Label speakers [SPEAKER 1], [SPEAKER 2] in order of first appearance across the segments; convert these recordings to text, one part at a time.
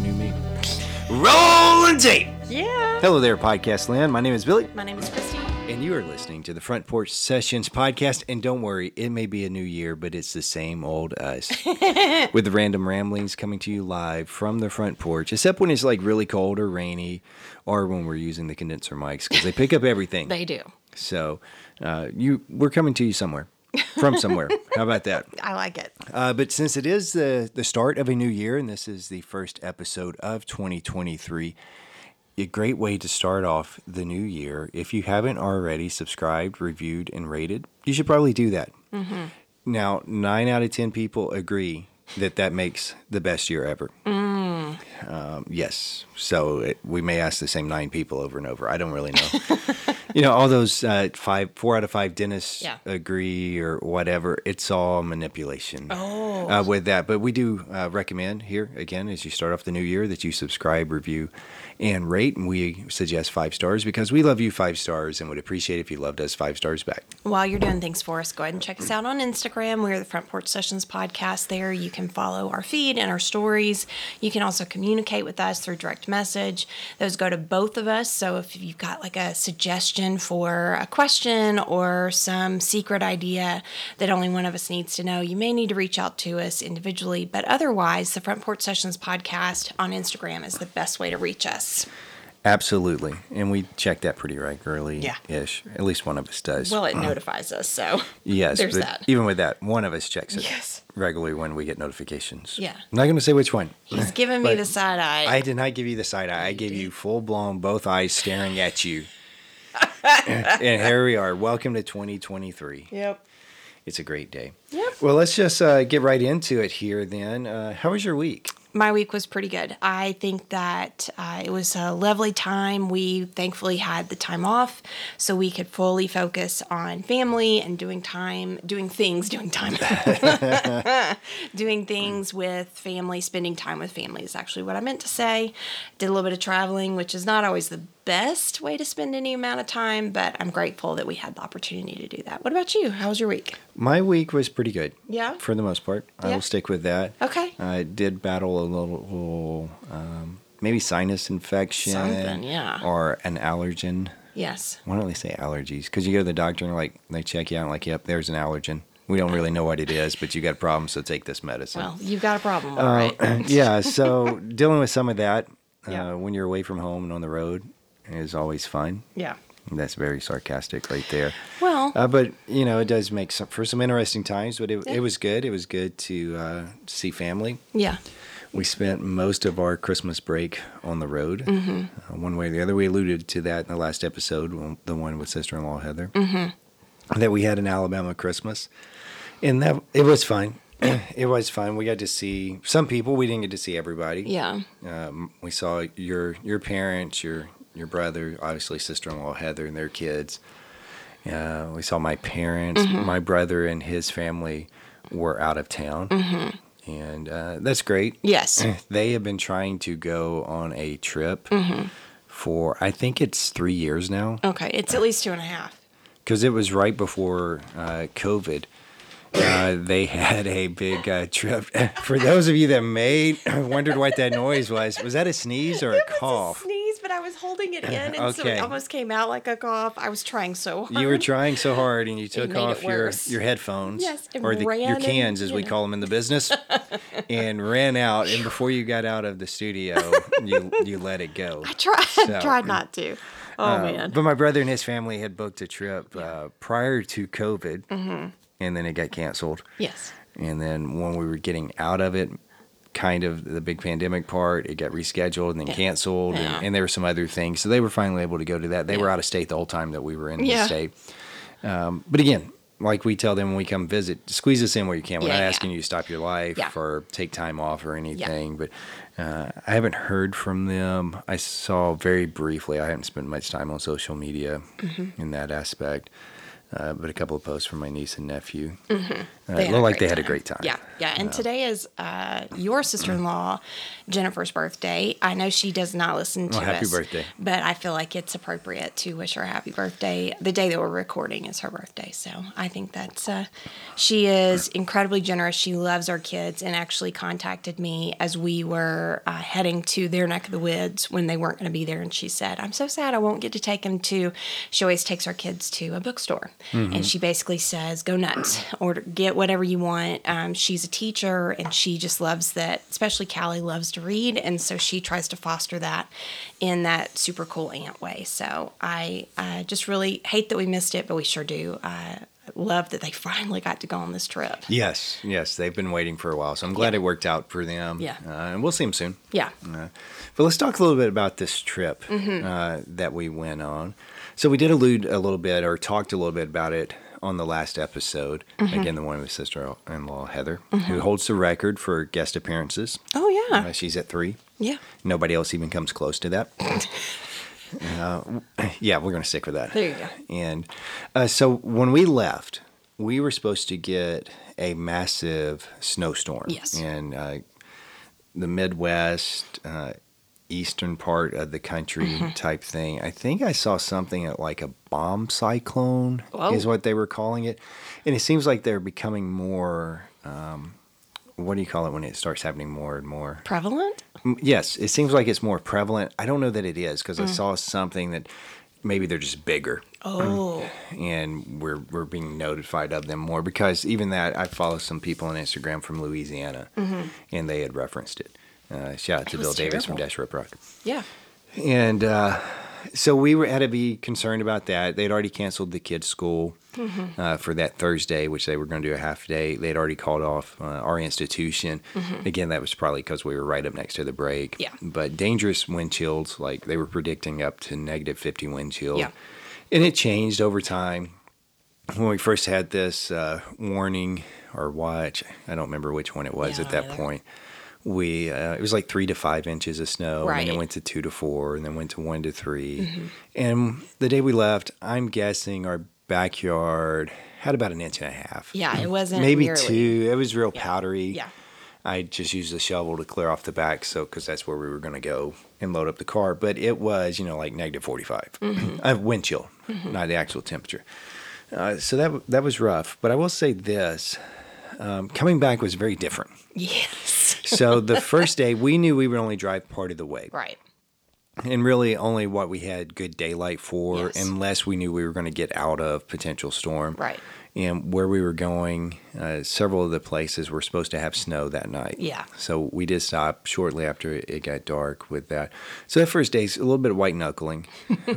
[SPEAKER 1] new me.
[SPEAKER 2] Rolling tape.
[SPEAKER 3] Yeah.
[SPEAKER 1] Hello there, podcast land. My name is Billy,
[SPEAKER 3] My name is Christy.
[SPEAKER 1] and you are listening to the Front Porch Sessions podcast. And don't worry, it may be a new year, but it's the same old us with the random ramblings coming to you live from the front porch, except when it's like really cold or rainy, or when we're using the condenser mics because they pick up everything.
[SPEAKER 3] They do.
[SPEAKER 1] so uh, you, we're coming to you somewhere. From somewhere. How about that?
[SPEAKER 3] I like it.
[SPEAKER 1] Uh, but since it is the the start of a new year, and this is the first episode of 2023, a great way to start off the new year. If you haven't already subscribed, reviewed, and rated, you should probably do that. Now, nine out of ten people agree that that makes the best year ever. Um, yes, so it, we may ask the same nine people over and over. I don't really know. you know, all those uh, five, four out of five dentists
[SPEAKER 3] Yeah.
[SPEAKER 1] agree or whatever. It's all manipulation uh, with that. But we do uh, recommend here again as you start off the new year that you subscribe, review, and rate. And we suggest five stars because we love you five stars and would appreciate if you loved us five stars back.
[SPEAKER 3] While you're doing things for us, go ahead and check us out on Instagram. We're the Front Porch Sessions podcast there. You can follow our feed and our stories. You can also communicate with us through direct message. Those go to both of us. So if you've got like a suggestion for a question or some secret idea that only one of us needs to know, you may need to reach out to us individually. But otherwise, the Front Porch Sessions podcast on Instagram is the best way to reach us.
[SPEAKER 1] Absolutely. And we check that pretty regularly ish. At least one of us does.
[SPEAKER 3] Well, it notifies us, so
[SPEAKER 1] yes.
[SPEAKER 3] there's
[SPEAKER 1] but
[SPEAKER 3] that.
[SPEAKER 1] Even with that, one of us checks it
[SPEAKER 3] Yes.
[SPEAKER 1] regularly when we get notifications.
[SPEAKER 3] Yeah.
[SPEAKER 1] I'm not going to say which one.
[SPEAKER 3] He's giving me
[SPEAKER 1] But
[SPEAKER 3] the side eye.
[SPEAKER 1] I did not give you the side eye. I gave you full blown, both eyes staring at you. and here we are. Welcome to 2023.
[SPEAKER 3] Yep.
[SPEAKER 1] It's a great day.
[SPEAKER 3] Yep.
[SPEAKER 1] Well, let's just uh, get right into it here then. Uh, how was your week?
[SPEAKER 3] My week was pretty good. I think that uh, it was a lovely time. We thankfully had the time off so we could fully focus on family and doing time, doing things, doing time, doing things with family, spending time with family is actually what I meant to say. Did a little bit of traveling, which is not always the best way to spend any amount of time, but I'm grateful that we had the opportunity to do that. What about you? How was your week?
[SPEAKER 1] My week was pretty good.
[SPEAKER 3] Yeah?
[SPEAKER 1] For the most part. I
[SPEAKER 3] Yeah.
[SPEAKER 1] will stick with that.
[SPEAKER 3] Okay.
[SPEAKER 1] I did battle a little, um, maybe sinus infection.
[SPEAKER 3] Something, yeah.
[SPEAKER 1] Or an allergen.
[SPEAKER 3] Yes.
[SPEAKER 1] Why don't they say allergies? Because you go to the doctor and like they check you out and like, yep, there's an allergen. We don't really know what it is, but you got problems, so take this medicine. Uh,
[SPEAKER 3] Well, you've got a problem,
[SPEAKER 1] Um,
[SPEAKER 3] all right.
[SPEAKER 1] yeah, so dealing with some of that uh,
[SPEAKER 3] Yeah.
[SPEAKER 1] when you're away from home and on the road is always fun.
[SPEAKER 3] Yeah.
[SPEAKER 1] That's very sarcastic right there.
[SPEAKER 3] Well,
[SPEAKER 1] Uh, but you know, it does make some for some interesting times. But it,
[SPEAKER 3] Yeah.
[SPEAKER 1] it was good. It was good to uh, see family.
[SPEAKER 3] yeah.
[SPEAKER 1] We spent most of our Christmas break on the road,
[SPEAKER 3] Mm-hmm.
[SPEAKER 1] uh, one way or the other. We alluded to that in the last episode, when- the one with sister-in-law Heather,
[SPEAKER 3] Mm-hmm.
[SPEAKER 1] that we had an Alabama Christmas, and that it was fun. it was fun. We got to see some people. We didn't get to see everybody.
[SPEAKER 3] Yeah.
[SPEAKER 1] Um, we saw your your parents, your your brother, obviously sister-in-law Heather and their kids. Uh, we saw my parents, my brother and his family were out of town, and uh, that's great.
[SPEAKER 3] Yes.
[SPEAKER 1] They have been trying to go on a trip for I think it's three years now
[SPEAKER 3] Okay. It's at least two and a half.
[SPEAKER 1] because it was right before uh, COVID. Uh, they had a big uh, trip. For those of you that may wondered what that noise was, was that a sneeze or a cough?
[SPEAKER 3] sneeze, but I was holding it in, and so
[SPEAKER 1] Oh. Okay.
[SPEAKER 3] it almost came out like a cough. I was trying so hard.
[SPEAKER 1] You were trying so hard, and you took
[SPEAKER 3] made it
[SPEAKER 1] off your,
[SPEAKER 3] worse.
[SPEAKER 1] your headphones,
[SPEAKER 3] Yes, and
[SPEAKER 1] or the,
[SPEAKER 3] ran
[SPEAKER 1] your
[SPEAKER 3] and,
[SPEAKER 1] cans, as
[SPEAKER 3] you
[SPEAKER 1] we
[SPEAKER 3] know.
[SPEAKER 1] call them in the business, and ran out. And before you got out of the studio, you you let it go.
[SPEAKER 3] I tried,
[SPEAKER 1] So- uh,
[SPEAKER 3] tried not to. Oh man.
[SPEAKER 1] But my brother and his family had booked a trip uh, prior to COVID,
[SPEAKER 3] Mm-hmm.
[SPEAKER 1] and then it got canceled.
[SPEAKER 3] yes.
[SPEAKER 1] And then when we were getting out of it, kind of the big pandemic part, it got rescheduled and then canceled.
[SPEAKER 3] Yeah.
[SPEAKER 1] And, and there were some other things. So they were finally able to go to that. They were out of state the whole time that we were in
[SPEAKER 3] Yeah.
[SPEAKER 1] the state. Um, but again, like we tell them when we come visit, squeeze us in where you can. We're
[SPEAKER 3] Yeah,
[SPEAKER 1] not
[SPEAKER 3] yeah.
[SPEAKER 1] asking you to stop your life
[SPEAKER 3] Yeah.
[SPEAKER 1] or take time off or anything. But uh, I haven't heard from them. I
[SPEAKER 3] Mm-hmm.
[SPEAKER 1] saw very briefly. I haven't spent much time on social media in that aspect. uh, but a couple of posts from my niece and nephew. Uh,
[SPEAKER 3] They
[SPEAKER 1] it
[SPEAKER 3] had
[SPEAKER 1] looked
[SPEAKER 3] a
[SPEAKER 1] like
[SPEAKER 3] great
[SPEAKER 1] they had a
[SPEAKER 3] time.
[SPEAKER 1] great time.
[SPEAKER 3] Yeah, yeah. And today is uh, your sister in law, Jennifer's birthday. I know she does not listen to
[SPEAKER 1] Well, happy
[SPEAKER 3] us,
[SPEAKER 1] birthday.
[SPEAKER 3] But I feel like it's appropriate to wish her a happy birthday. The day that we're recording is her birthday, so I think that's. Uh, she is incredibly generous. She loves our kids, and actually contacted me as we were uh, heading to their neck of the woods when they weren't going to be there, and she said, "I'm so sad I won't get to take them to." She always takes our kids to a bookstore,
[SPEAKER 1] Mm-hmm.
[SPEAKER 3] and she basically says, "Go nuts, order, get whatever you want." Um, she's a teacher, and she just loves that. Especially Callie loves to read, and so she tries to foster that in that super cool aunt way. So I uh, just really hate that we missed it, but we sure do. Uh, love that they finally got to go on this trip.
[SPEAKER 1] Yes, yes, they've been waiting for a while, so I'm glad it worked out for them.
[SPEAKER 3] Yeah.
[SPEAKER 1] uh, and we'll see them soon.
[SPEAKER 3] Yeah. Mm-hmm.
[SPEAKER 1] Uh, but let's talk a little bit about this trip uh, that we went on. So we did allude a little bit or talked a little bit about it on the last episode.
[SPEAKER 3] Mm-hmm.
[SPEAKER 1] Again, the one with sister-in-law Heather, who holds the record for guest appearances.
[SPEAKER 3] Oh yeah,
[SPEAKER 1] Uh, she's at three.
[SPEAKER 3] yeah.
[SPEAKER 1] Nobody else even comes close to that. Uh, yeah, we're going to stick with that.
[SPEAKER 3] There you go.
[SPEAKER 1] And uh, so when we left, we were supposed to get a massive snowstorm.
[SPEAKER 3] Yes.
[SPEAKER 1] In uh, the Midwest, uh, eastern part of the country
[SPEAKER 3] Mm-hmm.
[SPEAKER 1] type thing. I think I saw something at like a bomb cyclone,
[SPEAKER 3] Whoa.
[SPEAKER 1] is what they were calling it. And it seems like they're becoming more. Um, what do you call it when it starts happening more and more?
[SPEAKER 3] Prevalent.
[SPEAKER 1] M- Mm, Yes, it seems like it's more prevalent. I don't know that it is because I
[SPEAKER 3] Mm.
[SPEAKER 1] saw something that maybe they're just bigger
[SPEAKER 3] Oh,
[SPEAKER 1] Mm. and we're we're being notified of them more because even that I follow some people on Instagram from Louisiana and they had referenced it. Uh, shout out to
[SPEAKER 3] Mm-hmm. was
[SPEAKER 1] Bill Davis from
[SPEAKER 3] terrible.
[SPEAKER 1] Dash Rip Rock.
[SPEAKER 3] yeah.
[SPEAKER 1] And uh, so we were, had to be concerned about that. They'd already canceled the kids' school
[SPEAKER 3] Mm-hmm.
[SPEAKER 1] uh, for that Thursday, which they were going to do a half day. They'd already called off uh, our institution. Again, that was probably because we were right up next to the break.
[SPEAKER 3] Mm-hmm. Yeah.
[SPEAKER 1] But dangerous wind chills, like they were predicting up to negative 50 wind chill.
[SPEAKER 3] Yeah.
[SPEAKER 1] And it changed over time. When we first had this uh, warning or watch, I don't remember which one it was
[SPEAKER 3] Yeah,
[SPEAKER 1] at
[SPEAKER 3] I
[SPEAKER 1] that
[SPEAKER 3] don't either.
[SPEAKER 1] point. We uh, it was like three to five inches of snow, and then it
[SPEAKER 3] Right. Mm-hmm.
[SPEAKER 1] went to two to four and then went to one to 3 And the day we left, I'm guessing our backyard had about an inch and a half.
[SPEAKER 3] Yeah, it wasn't
[SPEAKER 1] Maybe
[SPEAKER 3] nearly-
[SPEAKER 1] two. It was real powdery.
[SPEAKER 3] Yeah.
[SPEAKER 1] I just used the shovel to clear off the back, so because that's where we were going to go and load up the car. But it was, you know, like negative forty-five.
[SPEAKER 3] Mm-hmm.
[SPEAKER 1] Uh, wind chill, not the actual temperature. Uh, so that that was rough. But I will say this: um, coming back was very different.
[SPEAKER 3] Yes.
[SPEAKER 1] So the first day, we knew we would only drive part of the way
[SPEAKER 3] Right.
[SPEAKER 1] and really only what we had good daylight for
[SPEAKER 3] Yes.
[SPEAKER 1] unless we knew we were going to get out of potential storm
[SPEAKER 3] Right.
[SPEAKER 1] and where we were going uh, several of the places were supposed to have snow that night
[SPEAKER 3] Yeah.
[SPEAKER 1] so we did stop shortly after it it got dark with that so that first day's a little bit of white knuckling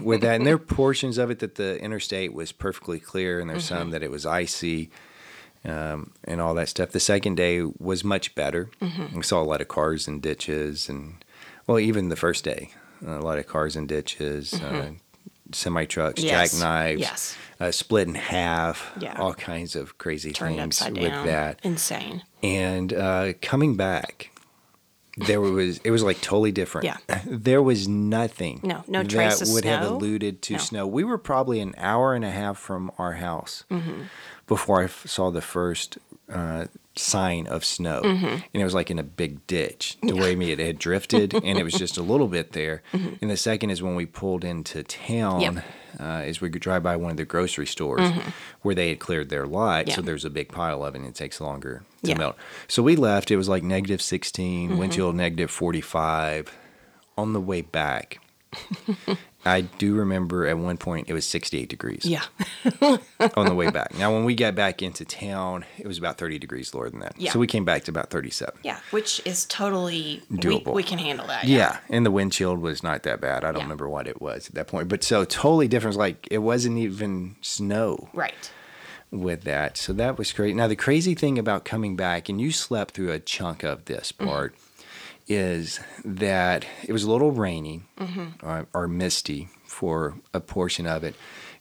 [SPEAKER 1] with that and there are portions of it that the interstate was perfectly clear and there's
[SPEAKER 3] Mm-hmm.
[SPEAKER 1] some that it was icy and all that stuff. The second day was much better.
[SPEAKER 3] Mm-hmm.
[SPEAKER 1] We saw a lot of cars and ditches, and well, even the first day, a lot of cars and ditches, uh, semi trucks,
[SPEAKER 3] Mm-hmm. Yes.
[SPEAKER 1] jackknives,
[SPEAKER 3] Yes.
[SPEAKER 1] uh, split in half,
[SPEAKER 3] Yeah.
[SPEAKER 1] all kinds of crazy
[SPEAKER 3] Turned
[SPEAKER 1] things
[SPEAKER 3] upside
[SPEAKER 1] with
[SPEAKER 3] down.
[SPEAKER 1] that.
[SPEAKER 3] Insane.
[SPEAKER 1] And uh, coming back, there was it was like totally different.
[SPEAKER 3] Yeah.
[SPEAKER 1] there was nothing.
[SPEAKER 3] No, no trace
[SPEAKER 1] that
[SPEAKER 3] of
[SPEAKER 1] would have
[SPEAKER 3] snow.
[SPEAKER 1] alluded to
[SPEAKER 3] No.
[SPEAKER 1] snow. We were probably an hour and a half from our house
[SPEAKER 3] Mm-hmm.
[SPEAKER 1] before I f- saw the first uh, sign of snow,
[SPEAKER 3] Mm-hmm.
[SPEAKER 1] and it was like in a big ditch. The way me it had drifted, and it was just a little bit there. And the second is when we pulled into town.
[SPEAKER 3] Mm-hmm. Yep.
[SPEAKER 1] Uh, is we could drive by one of the grocery stores where they had cleared their lot, so
[SPEAKER 3] Mm-hmm. Yeah.
[SPEAKER 1] there's a big pile of it, and it takes longer to
[SPEAKER 3] Yeah. Mm-hmm.
[SPEAKER 1] melt. So we left. It was like negative 16, wind chill negative 45. On the way back, I do remember at one point it was 68 degrees
[SPEAKER 3] Yeah.
[SPEAKER 1] on the way back. Now, when we got back into town, it was about 30 degrees lower than that.
[SPEAKER 3] Yeah.
[SPEAKER 1] So we came back to about 37.
[SPEAKER 3] Yeah. Which is totally we-
[SPEAKER 1] Doable.
[SPEAKER 3] We, can handle that.
[SPEAKER 1] Yeah. and the wind chill was not that bad. I don't
[SPEAKER 3] Yeah.
[SPEAKER 1] remember what it was at that point, but so totally different. It was Like it wasn't even snow
[SPEAKER 3] Right.
[SPEAKER 1] with that. So that was great. Now, the crazy thing about coming back, and you slept through a chunk of this part, is that it was a little rainy or, or misty for a portion of it.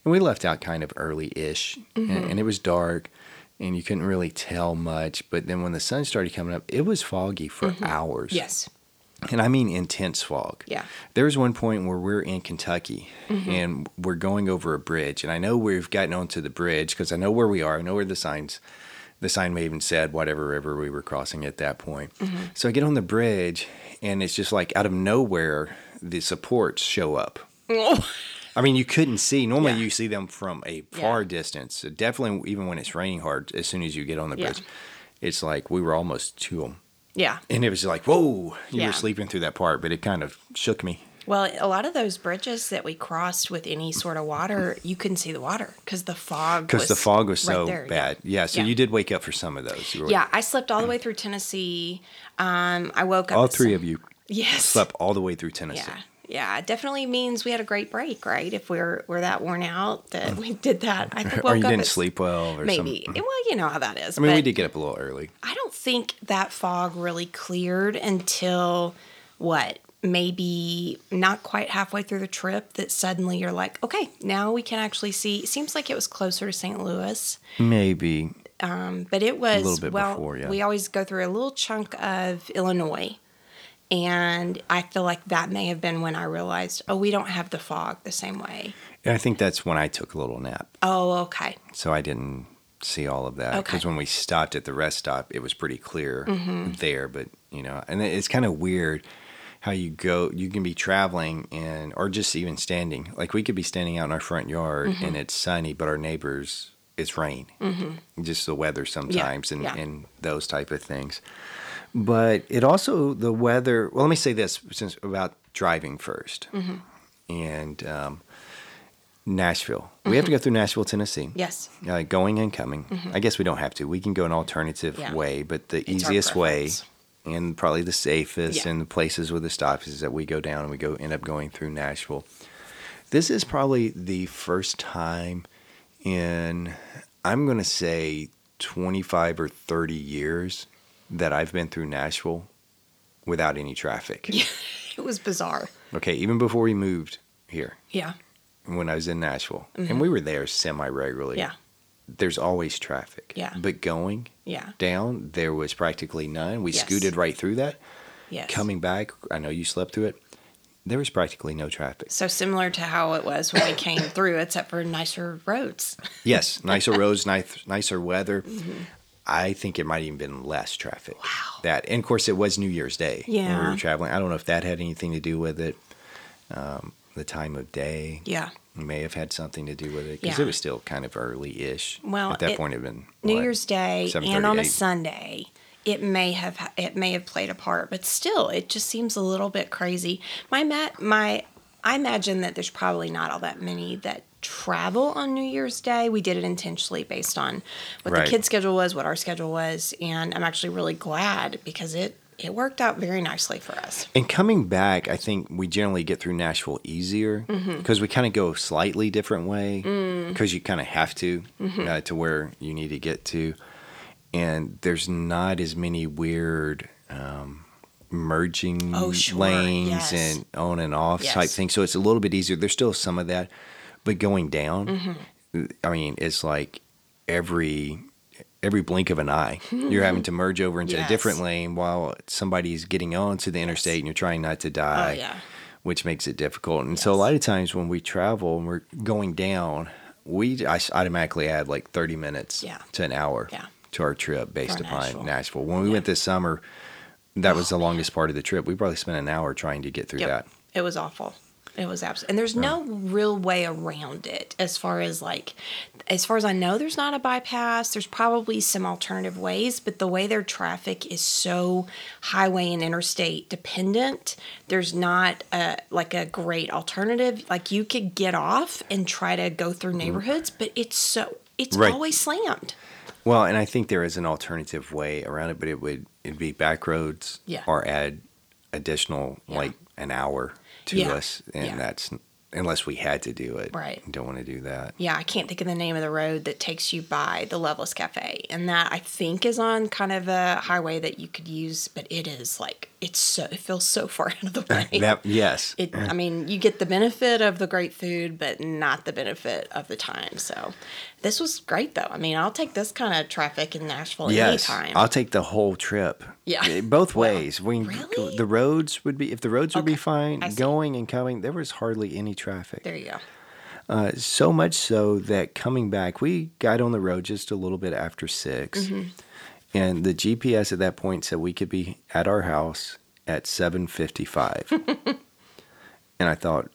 [SPEAKER 1] And we left out kind of early ish, and, and it was dark. And you couldn't really tell much, but then when the sun started coming up, it was foggy for hours.
[SPEAKER 3] Yes.
[SPEAKER 1] and I mean intense fog.
[SPEAKER 3] Yeah. Mm-hmm.
[SPEAKER 1] There was one point where we're in Kentucky and we're going over a bridge, and I know we've gotten onto the bridge because I know where we are. I know where the signs, the sign may even said whatever river we were crossing at that point.
[SPEAKER 3] Mm-hmm.
[SPEAKER 1] So I get on the bridge, and it's just like out of nowhere, the supports show up. I mean, you couldn't see. Normally,
[SPEAKER 3] Yeah.
[SPEAKER 1] you see them from a
[SPEAKER 3] Yeah.
[SPEAKER 1] far distance. Definitely, even when it's raining hard, as soon as you get on the
[SPEAKER 3] Yeah.
[SPEAKER 1] bridge, it's like we were almost to them
[SPEAKER 3] yeah.
[SPEAKER 1] and it was like, whoa, you
[SPEAKER 3] Yeah.
[SPEAKER 1] were sleeping through that part, but it kind of shook me.
[SPEAKER 3] Well, a lot of those bridges that we crossed with any sort of water, you couldn't see the water because the fog.
[SPEAKER 1] Because the fog was
[SPEAKER 3] right
[SPEAKER 1] so
[SPEAKER 3] there, yeah.
[SPEAKER 1] bad. Yeah. so
[SPEAKER 3] Yeah.
[SPEAKER 1] you did wake up for some of those. You were-
[SPEAKER 3] Yeah, I slept all the way through Tennessee. Um, I woke up.
[SPEAKER 1] All
[SPEAKER 3] at
[SPEAKER 1] three
[SPEAKER 3] some-
[SPEAKER 1] of you
[SPEAKER 3] Yes.
[SPEAKER 1] slept all the way through Tennessee.
[SPEAKER 3] Yeah. Yeah, it definitely means we had a great break, right? If we're we're that worn out that we did that, I think woke
[SPEAKER 1] Mm. Or you
[SPEAKER 3] up
[SPEAKER 1] didn't
[SPEAKER 3] at-
[SPEAKER 1] sleep well or some-
[SPEAKER 3] Maybe. Well, you know how that is.
[SPEAKER 1] I mean, we
[SPEAKER 3] but-
[SPEAKER 1] did get up a little early.
[SPEAKER 3] I don't think that fog really cleared until what? Maybe not quite halfway through the trip that suddenly you're like, okay, now we can actually see. It seems like it was closer to St. Louis,
[SPEAKER 1] Maybe.
[SPEAKER 3] but it was
[SPEAKER 1] little bit
[SPEAKER 3] well.
[SPEAKER 1] before, yeah.
[SPEAKER 3] We always go through a little chunk of Illinois, and I feel like that may have been when I realized, oh, we don't have the fog the same way.
[SPEAKER 1] I think that's when I took a little nap.
[SPEAKER 3] Oh, okay,
[SPEAKER 1] So I didn't see all of that.
[SPEAKER 3] Okay. Mm-hmm.
[SPEAKER 1] Because when we stopped at the rest stop, it was pretty clear there. But, you know, and it- it's kind of weird how you go, you can be traveling and, or just even standing. Like we could be standing out in our front yard
[SPEAKER 3] Mm-hmm.
[SPEAKER 1] and it's sunny, but our neighbors, it's rain. Just the weather sometimes and,
[SPEAKER 3] Mm-hmm. yeah.
[SPEAKER 1] and those type of things. But it also, the weather, well, let me say this since about driving 1st
[SPEAKER 3] Mm-hmm.
[SPEAKER 1] And um, Nashville. We have to go through Nashville, Tennessee
[SPEAKER 3] yes,
[SPEAKER 1] uh, going and coming. I guess we don't have to. We can go an alternative
[SPEAKER 3] Mm-hmm. Yeah.
[SPEAKER 1] way, but the
[SPEAKER 3] our
[SPEAKER 1] easiest way
[SPEAKER 3] preference.
[SPEAKER 1] and probably the safest
[SPEAKER 3] Yeah.
[SPEAKER 1] and the places with the stops is that we go down and we go end up going through Nashville. This is probably the first time in I'm going to say 25 or 30 years that I've been through Nashville without any traffic.
[SPEAKER 3] it was bizarre.
[SPEAKER 1] Okay, even before we moved here
[SPEAKER 3] Yeah,
[SPEAKER 1] when I was in Nashville. And we were there semi regularly
[SPEAKER 3] Mm-hmm. yeah,
[SPEAKER 1] there's always traffic.
[SPEAKER 3] Yeah.
[SPEAKER 1] But going
[SPEAKER 3] yeah,
[SPEAKER 1] down, there was practically none. We
[SPEAKER 3] Yes.
[SPEAKER 1] scooted right through that.
[SPEAKER 3] yes.
[SPEAKER 1] Coming back, I know you slept through it. There was practically no traffic.
[SPEAKER 3] So similar to how it was when we came through, except for nicer roads.
[SPEAKER 1] Yes, nicer roads, nice, nicer weather.
[SPEAKER 3] Mm-hmm.
[SPEAKER 1] I think it might even been less traffic. Wow. That and of course it was New Year's Day. When we
[SPEAKER 3] Yeah.
[SPEAKER 1] were traveling. I don't know if that had anything to do with it. Um, the time of day
[SPEAKER 3] Yeah.
[SPEAKER 1] may have had something to do with it because
[SPEAKER 3] Yeah.
[SPEAKER 1] it was still kind of early-ish.
[SPEAKER 3] Well,
[SPEAKER 1] at that
[SPEAKER 3] it-
[SPEAKER 1] point, it'd been
[SPEAKER 3] New
[SPEAKER 1] what,
[SPEAKER 3] Year's Day and on
[SPEAKER 1] 7:38?
[SPEAKER 3] a Sunday, it may have it may have played a part, but still, it just seems a little bit crazy. My mat, my I imagine that there's probably not all that many that travel on New Year's Day. We did it intentionally based on what
[SPEAKER 1] Right.
[SPEAKER 3] the kids' schedule was, what our schedule was, and I'm actually really glad because it it worked out very nicely for us.
[SPEAKER 1] And coming back, I think we generally get through Nashville easier
[SPEAKER 3] Mm-hmm.
[SPEAKER 1] because we kind of go a slightly different way
[SPEAKER 3] Mm.
[SPEAKER 1] because you kind of have to
[SPEAKER 3] Mm-hmm.
[SPEAKER 1] uh, to where you need to get to. And there's not as many weird um, merging
[SPEAKER 3] Oh, sure.
[SPEAKER 1] lanes
[SPEAKER 3] Yes.
[SPEAKER 1] and on and off type
[SPEAKER 3] Yes.
[SPEAKER 1] things. So it's a little bit easier. There's still some of that. But going down,
[SPEAKER 3] Mm-hmm.
[SPEAKER 1] I mean, it's like every every blink of an eye you're having to
[SPEAKER 3] Mm-hmm.
[SPEAKER 1] merge over into a
[SPEAKER 3] Yes.
[SPEAKER 1] different lane while somebody's getting onto the interstate and you're trying not to die
[SPEAKER 3] Oh yeah,
[SPEAKER 1] which makes it difficult and so a lot of times when we travel and we're going down we I s- automatically add like 30 minutes
[SPEAKER 3] Yeah.
[SPEAKER 1] to an hour
[SPEAKER 3] Yeah.
[SPEAKER 1] to our trip based
[SPEAKER 3] For
[SPEAKER 1] upon
[SPEAKER 3] Nashville. Oh,
[SPEAKER 1] nashville. when we went this summer that was the longest part of the trip we probably spent an hour trying to get through
[SPEAKER 3] Yep.
[SPEAKER 1] that
[SPEAKER 3] It was awful. It was absolutely, and there's no real way around it as far as like, as far as I know, there's not a bypass. There's probably some alternative ways, but the way their traffic is so highway and interstate dependent, there's not a like a great alternative. Like you could get off and try to go through neighborhoods, but it's so it's
[SPEAKER 1] Mm-hmm. Right.
[SPEAKER 3] always slammed.
[SPEAKER 1] Well, and I think there is an alternative way around it, but it would it'd be back roads
[SPEAKER 3] Yeah.
[SPEAKER 1] or add additional like an hour to
[SPEAKER 3] Yeah.
[SPEAKER 1] us, and
[SPEAKER 3] Yeah.
[SPEAKER 1] that's unless we had to do it.
[SPEAKER 3] Right.
[SPEAKER 1] Don't want to do that.
[SPEAKER 3] yeah, I can't think of the name of the road that takes you by the Loveless Cafe. And that I think is on kind of a highway that you could use, but it is like it's so it feels so far out of the way.
[SPEAKER 1] That yes.
[SPEAKER 3] it, I mean, you get the benefit of the great food, but not the benefit of the time. So, this was great though. I mean, I'll take this kind of traffic in Nashville
[SPEAKER 1] Yes,
[SPEAKER 3] anytime.
[SPEAKER 1] I'll take the whole trip.
[SPEAKER 3] Yeah.
[SPEAKER 1] Eh, both ways. We
[SPEAKER 3] really?
[SPEAKER 1] the roads would be if the roads would be fine
[SPEAKER 3] I see.
[SPEAKER 1] going and coming. There was hardly any traffic.
[SPEAKER 3] there you go.
[SPEAKER 1] Uh, So much so that coming back, we got on the road just a little bit after 6
[SPEAKER 3] Mm-hmm.
[SPEAKER 1] and the GPS at that point said we could be at our house at seven fifty-five. and I thought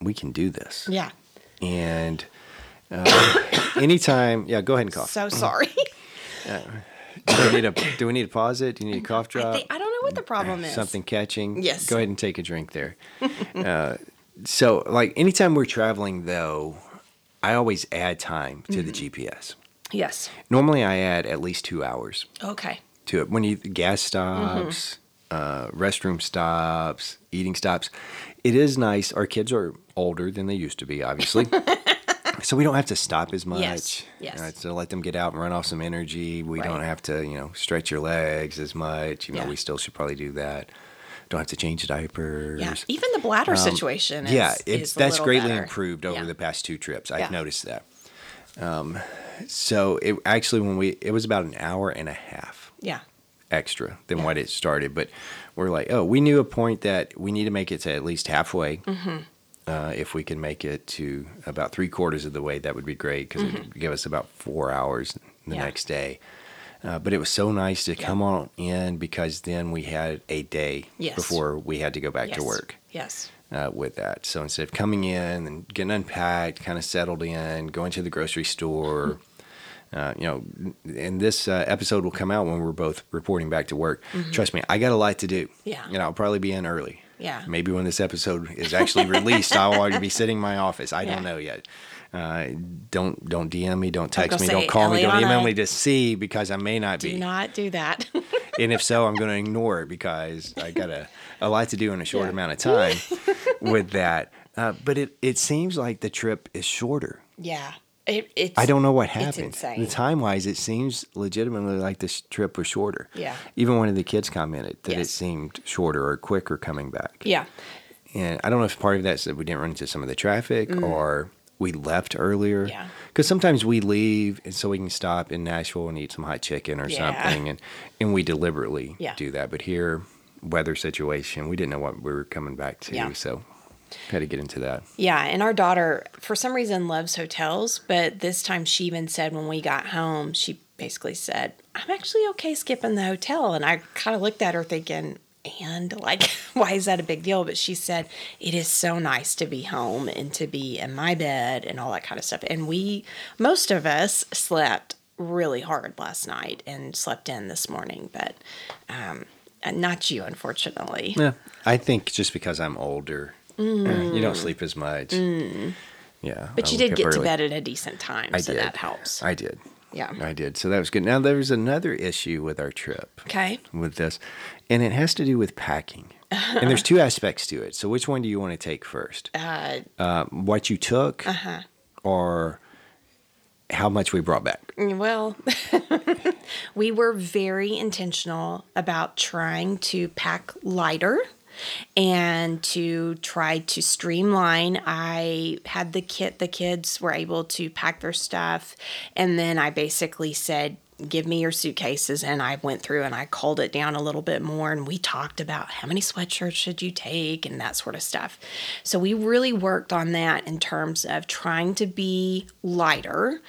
[SPEAKER 1] we can do this.
[SPEAKER 3] Yeah.
[SPEAKER 1] And uh, anytime, yeah, go ahead and cough.
[SPEAKER 3] So sorry.
[SPEAKER 1] do, we need a, do we need to pause it? Do you need a cough drop?
[SPEAKER 3] I, think, I don't know what the problem is.
[SPEAKER 1] something catching.
[SPEAKER 3] Yes.
[SPEAKER 1] Go ahead and take a drink there. uh, so, like, anytime we're traveling, though, I always add time to
[SPEAKER 3] Mm-hmm.
[SPEAKER 1] the GPS.
[SPEAKER 3] Yes.
[SPEAKER 1] Normally, I add at least two hours
[SPEAKER 3] Okay.
[SPEAKER 1] to it. When you gas
[SPEAKER 3] Mm-hmm.
[SPEAKER 1] stops, uh, restroom stops, eating stops, it is nice. Our kids are older than they used to be, obviously. So we don't have to stop as much.
[SPEAKER 3] Yes, yes.
[SPEAKER 1] Uh, to let them get out and run off some energy. We
[SPEAKER 3] Right.
[SPEAKER 1] don't have to, you know, stretch your legs as much. You know,
[SPEAKER 3] Yeah.
[SPEAKER 1] we still should probably do that. Don't have to change diapers.
[SPEAKER 3] Yeah. Even the bladder situation. Is,
[SPEAKER 1] um, Yeah, it's
[SPEAKER 3] is a
[SPEAKER 1] that's
[SPEAKER 3] little
[SPEAKER 1] greatly
[SPEAKER 3] better.
[SPEAKER 1] improved over
[SPEAKER 3] Yeah.
[SPEAKER 1] the past two trips.
[SPEAKER 3] Yeah.
[SPEAKER 1] I've noticed that. Um, so it actually when we it was about an hour and a half
[SPEAKER 3] Yeah.
[SPEAKER 1] extra than what it started, but we're like, oh, we knew a point that we need to make it to at least halfway.
[SPEAKER 3] Mm-hmm.
[SPEAKER 1] Uh, if we can make it to about three quarters of the way, that would be great because it would give us about four hours the
[SPEAKER 3] Mm-hmm. Yeah.
[SPEAKER 1] next day. Uh, but it was so nice to come on in because then we had a day
[SPEAKER 3] Yes.
[SPEAKER 1] before we had to go back
[SPEAKER 3] Yes.
[SPEAKER 1] to work
[SPEAKER 3] Yes.
[SPEAKER 1] uh, with that. So instead of coming in and getting unpacked, kind of settled in, going to the grocery store, uh, you know, and this uh, episode will come out when we're both reporting back to work. Trust me, I got a lot to do.
[SPEAKER 3] Mm-hmm. Yeah.
[SPEAKER 1] And I'll probably be in early.
[SPEAKER 3] Yeah.
[SPEAKER 1] Maybe when this episode is actually released, I'll already be sitting in my office. I don't
[SPEAKER 3] Yeah.
[SPEAKER 1] know yet. Uh, don't don't DM me, don't text
[SPEAKER 3] gonna
[SPEAKER 1] me,
[SPEAKER 3] say,
[SPEAKER 1] don't call me, don't email
[SPEAKER 3] Eliana,
[SPEAKER 1] me to see because I may not be.
[SPEAKER 3] Do not do that.
[SPEAKER 1] and if so, I'm going to ignore it because I got a, a lot to do in a short amount of time with that. Uh, but it, it seems like the trip is shorter.
[SPEAKER 3] yeah. It, it's.
[SPEAKER 1] I don't know what happened.
[SPEAKER 3] insane.
[SPEAKER 1] The time wise, it seems legitimately like this trip was shorter.
[SPEAKER 3] Yeah.
[SPEAKER 1] Even one of the kids commented that it
[SPEAKER 3] Yes.
[SPEAKER 1] seemed shorter or quicker coming back.
[SPEAKER 3] Yeah.
[SPEAKER 1] And I don't know if part of that's that we didn't run into some of the traffic or we left earlier.
[SPEAKER 3] Mm. Yeah.
[SPEAKER 1] Because sometimes we leave and so we can stop in Nashville and eat some hot chicken or
[SPEAKER 3] Yeah.
[SPEAKER 1] something. And, and we deliberately
[SPEAKER 3] Yeah.
[SPEAKER 1] do that. But here, weather situation, we didn't know what we were coming back to.
[SPEAKER 3] Yeah.
[SPEAKER 1] So had to get into that.
[SPEAKER 3] Yeah, and our daughter, for some reason, loves hotels, but this time she even said when we got home, she basically said, I'm actually okay skipping the hotel. And I kind of looked at her thinking, and like, why is that a big deal? But she said, it is so nice to be home and to be in my bed and all that kind of stuff. And we, most of us, slept really hard last night and slept in this morning, but um, not you, unfortunately.
[SPEAKER 1] Yeah. I think just because I'm older, uh, you don't sleep as much. Yeah.
[SPEAKER 3] Mm. But
[SPEAKER 1] I woke
[SPEAKER 3] you did
[SPEAKER 1] up
[SPEAKER 3] get to
[SPEAKER 1] early.
[SPEAKER 3] bed at a decent time,
[SPEAKER 1] I
[SPEAKER 3] so
[SPEAKER 1] did.
[SPEAKER 3] that helps.
[SPEAKER 1] I did.
[SPEAKER 3] Yeah.
[SPEAKER 1] I did. So that was good. Now, there was another issue with our trip.
[SPEAKER 3] okay.
[SPEAKER 1] with this, and it has to do with packing. and there's two aspects to it. So, which one do you want to take first? Um,
[SPEAKER 3] Uh,
[SPEAKER 1] What you took, or how much we brought back?
[SPEAKER 3] Well, we were very intentional about trying to pack lighter and to try to streamline. I had the kit, the kids were able to pack their stuff, and then I basically said, Give me your suitcases. And I went through and I culled it down a little bit more. And we talked about how many sweatshirts should you take and that sort of stuff. So we really worked on that in terms of trying to be lighter.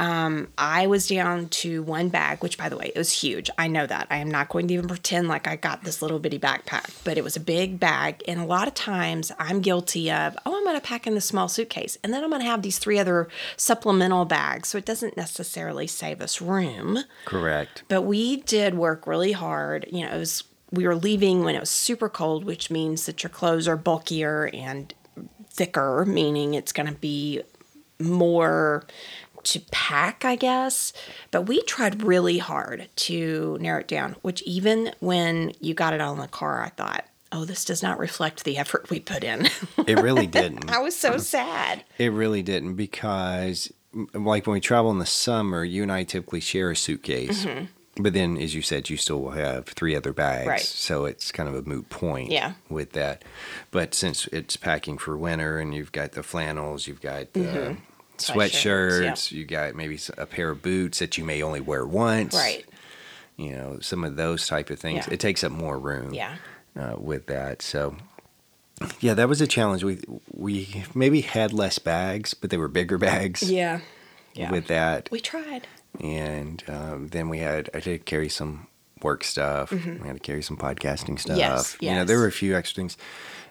[SPEAKER 3] Um, I was down to one bag, which by the way, it was huge. I know that. I am not going to even pretend like I got this little bitty backpack, but it was a big bag. And a lot of times I'm guilty of, oh, I'm going to pack in the small suitcase. And then I'm going to have these three other supplemental bags. So it doesn't necessarily save us room.
[SPEAKER 1] Correct.
[SPEAKER 3] But we did work really hard. You know, it was we were leaving when it was super cold, which means that your clothes are bulkier and thicker, meaning it's going to be more to pack, I guess. But we tried really hard to narrow it down, which even when you got it all in the car, I thought, oh, this does not reflect the effort we put in.
[SPEAKER 1] It really didn't.
[SPEAKER 3] I was so sad.
[SPEAKER 1] It really didn't because, m- like, when we travel in the summer, you and I typically share a suitcase. But then, as you said, you still will have three other bags.
[SPEAKER 3] Mm-hmm. Right.
[SPEAKER 1] So it's kind of a moot point
[SPEAKER 3] Yeah.
[SPEAKER 1] with that. But since it's packing for winter and you've got the flannels, you've got the
[SPEAKER 3] Mm-hmm. Sweatshirts, yeah.
[SPEAKER 1] sweatshirts, you got maybe s- a pair of boots that you may only wear once.
[SPEAKER 3] Right.
[SPEAKER 1] You know, some of those type of things.
[SPEAKER 3] Yeah.
[SPEAKER 1] It takes up more room
[SPEAKER 3] Yeah.
[SPEAKER 1] uh, with that. So, yeah, that was a challenge. We, we maybe had less bags, but they were bigger bags
[SPEAKER 3] Yeah.
[SPEAKER 1] with that
[SPEAKER 3] we tried.
[SPEAKER 1] and um, then we had I did carry some work stuff. We had to carry some podcasting stuff.
[SPEAKER 3] Mm-hmm. Yes,
[SPEAKER 1] You know,
[SPEAKER 3] yes.
[SPEAKER 1] there were a few extra things.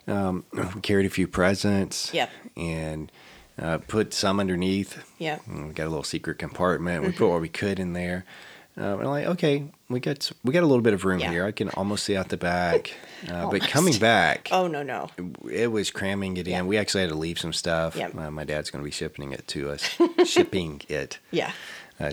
[SPEAKER 1] Um, we carried a few presents.
[SPEAKER 3] Yep.
[SPEAKER 1] And uh, put some underneath.
[SPEAKER 3] Yeah. Mm-hmm.
[SPEAKER 1] And we got a little secret compartment. We put what we could in there. Um, and I'm like, okay, we got s- we got a little bit of room
[SPEAKER 3] Yeah.
[SPEAKER 1] here. I can almost see out the back. Uh, but
[SPEAKER 3] Almost.
[SPEAKER 1] coming back,
[SPEAKER 3] Oh no no.
[SPEAKER 1] it was cramming it in. We actually had to leave some stuff.
[SPEAKER 3] Yep.
[SPEAKER 1] Uh, my dad's going to be shipping it to us. shipping it
[SPEAKER 3] Yeah.
[SPEAKER 1] uh,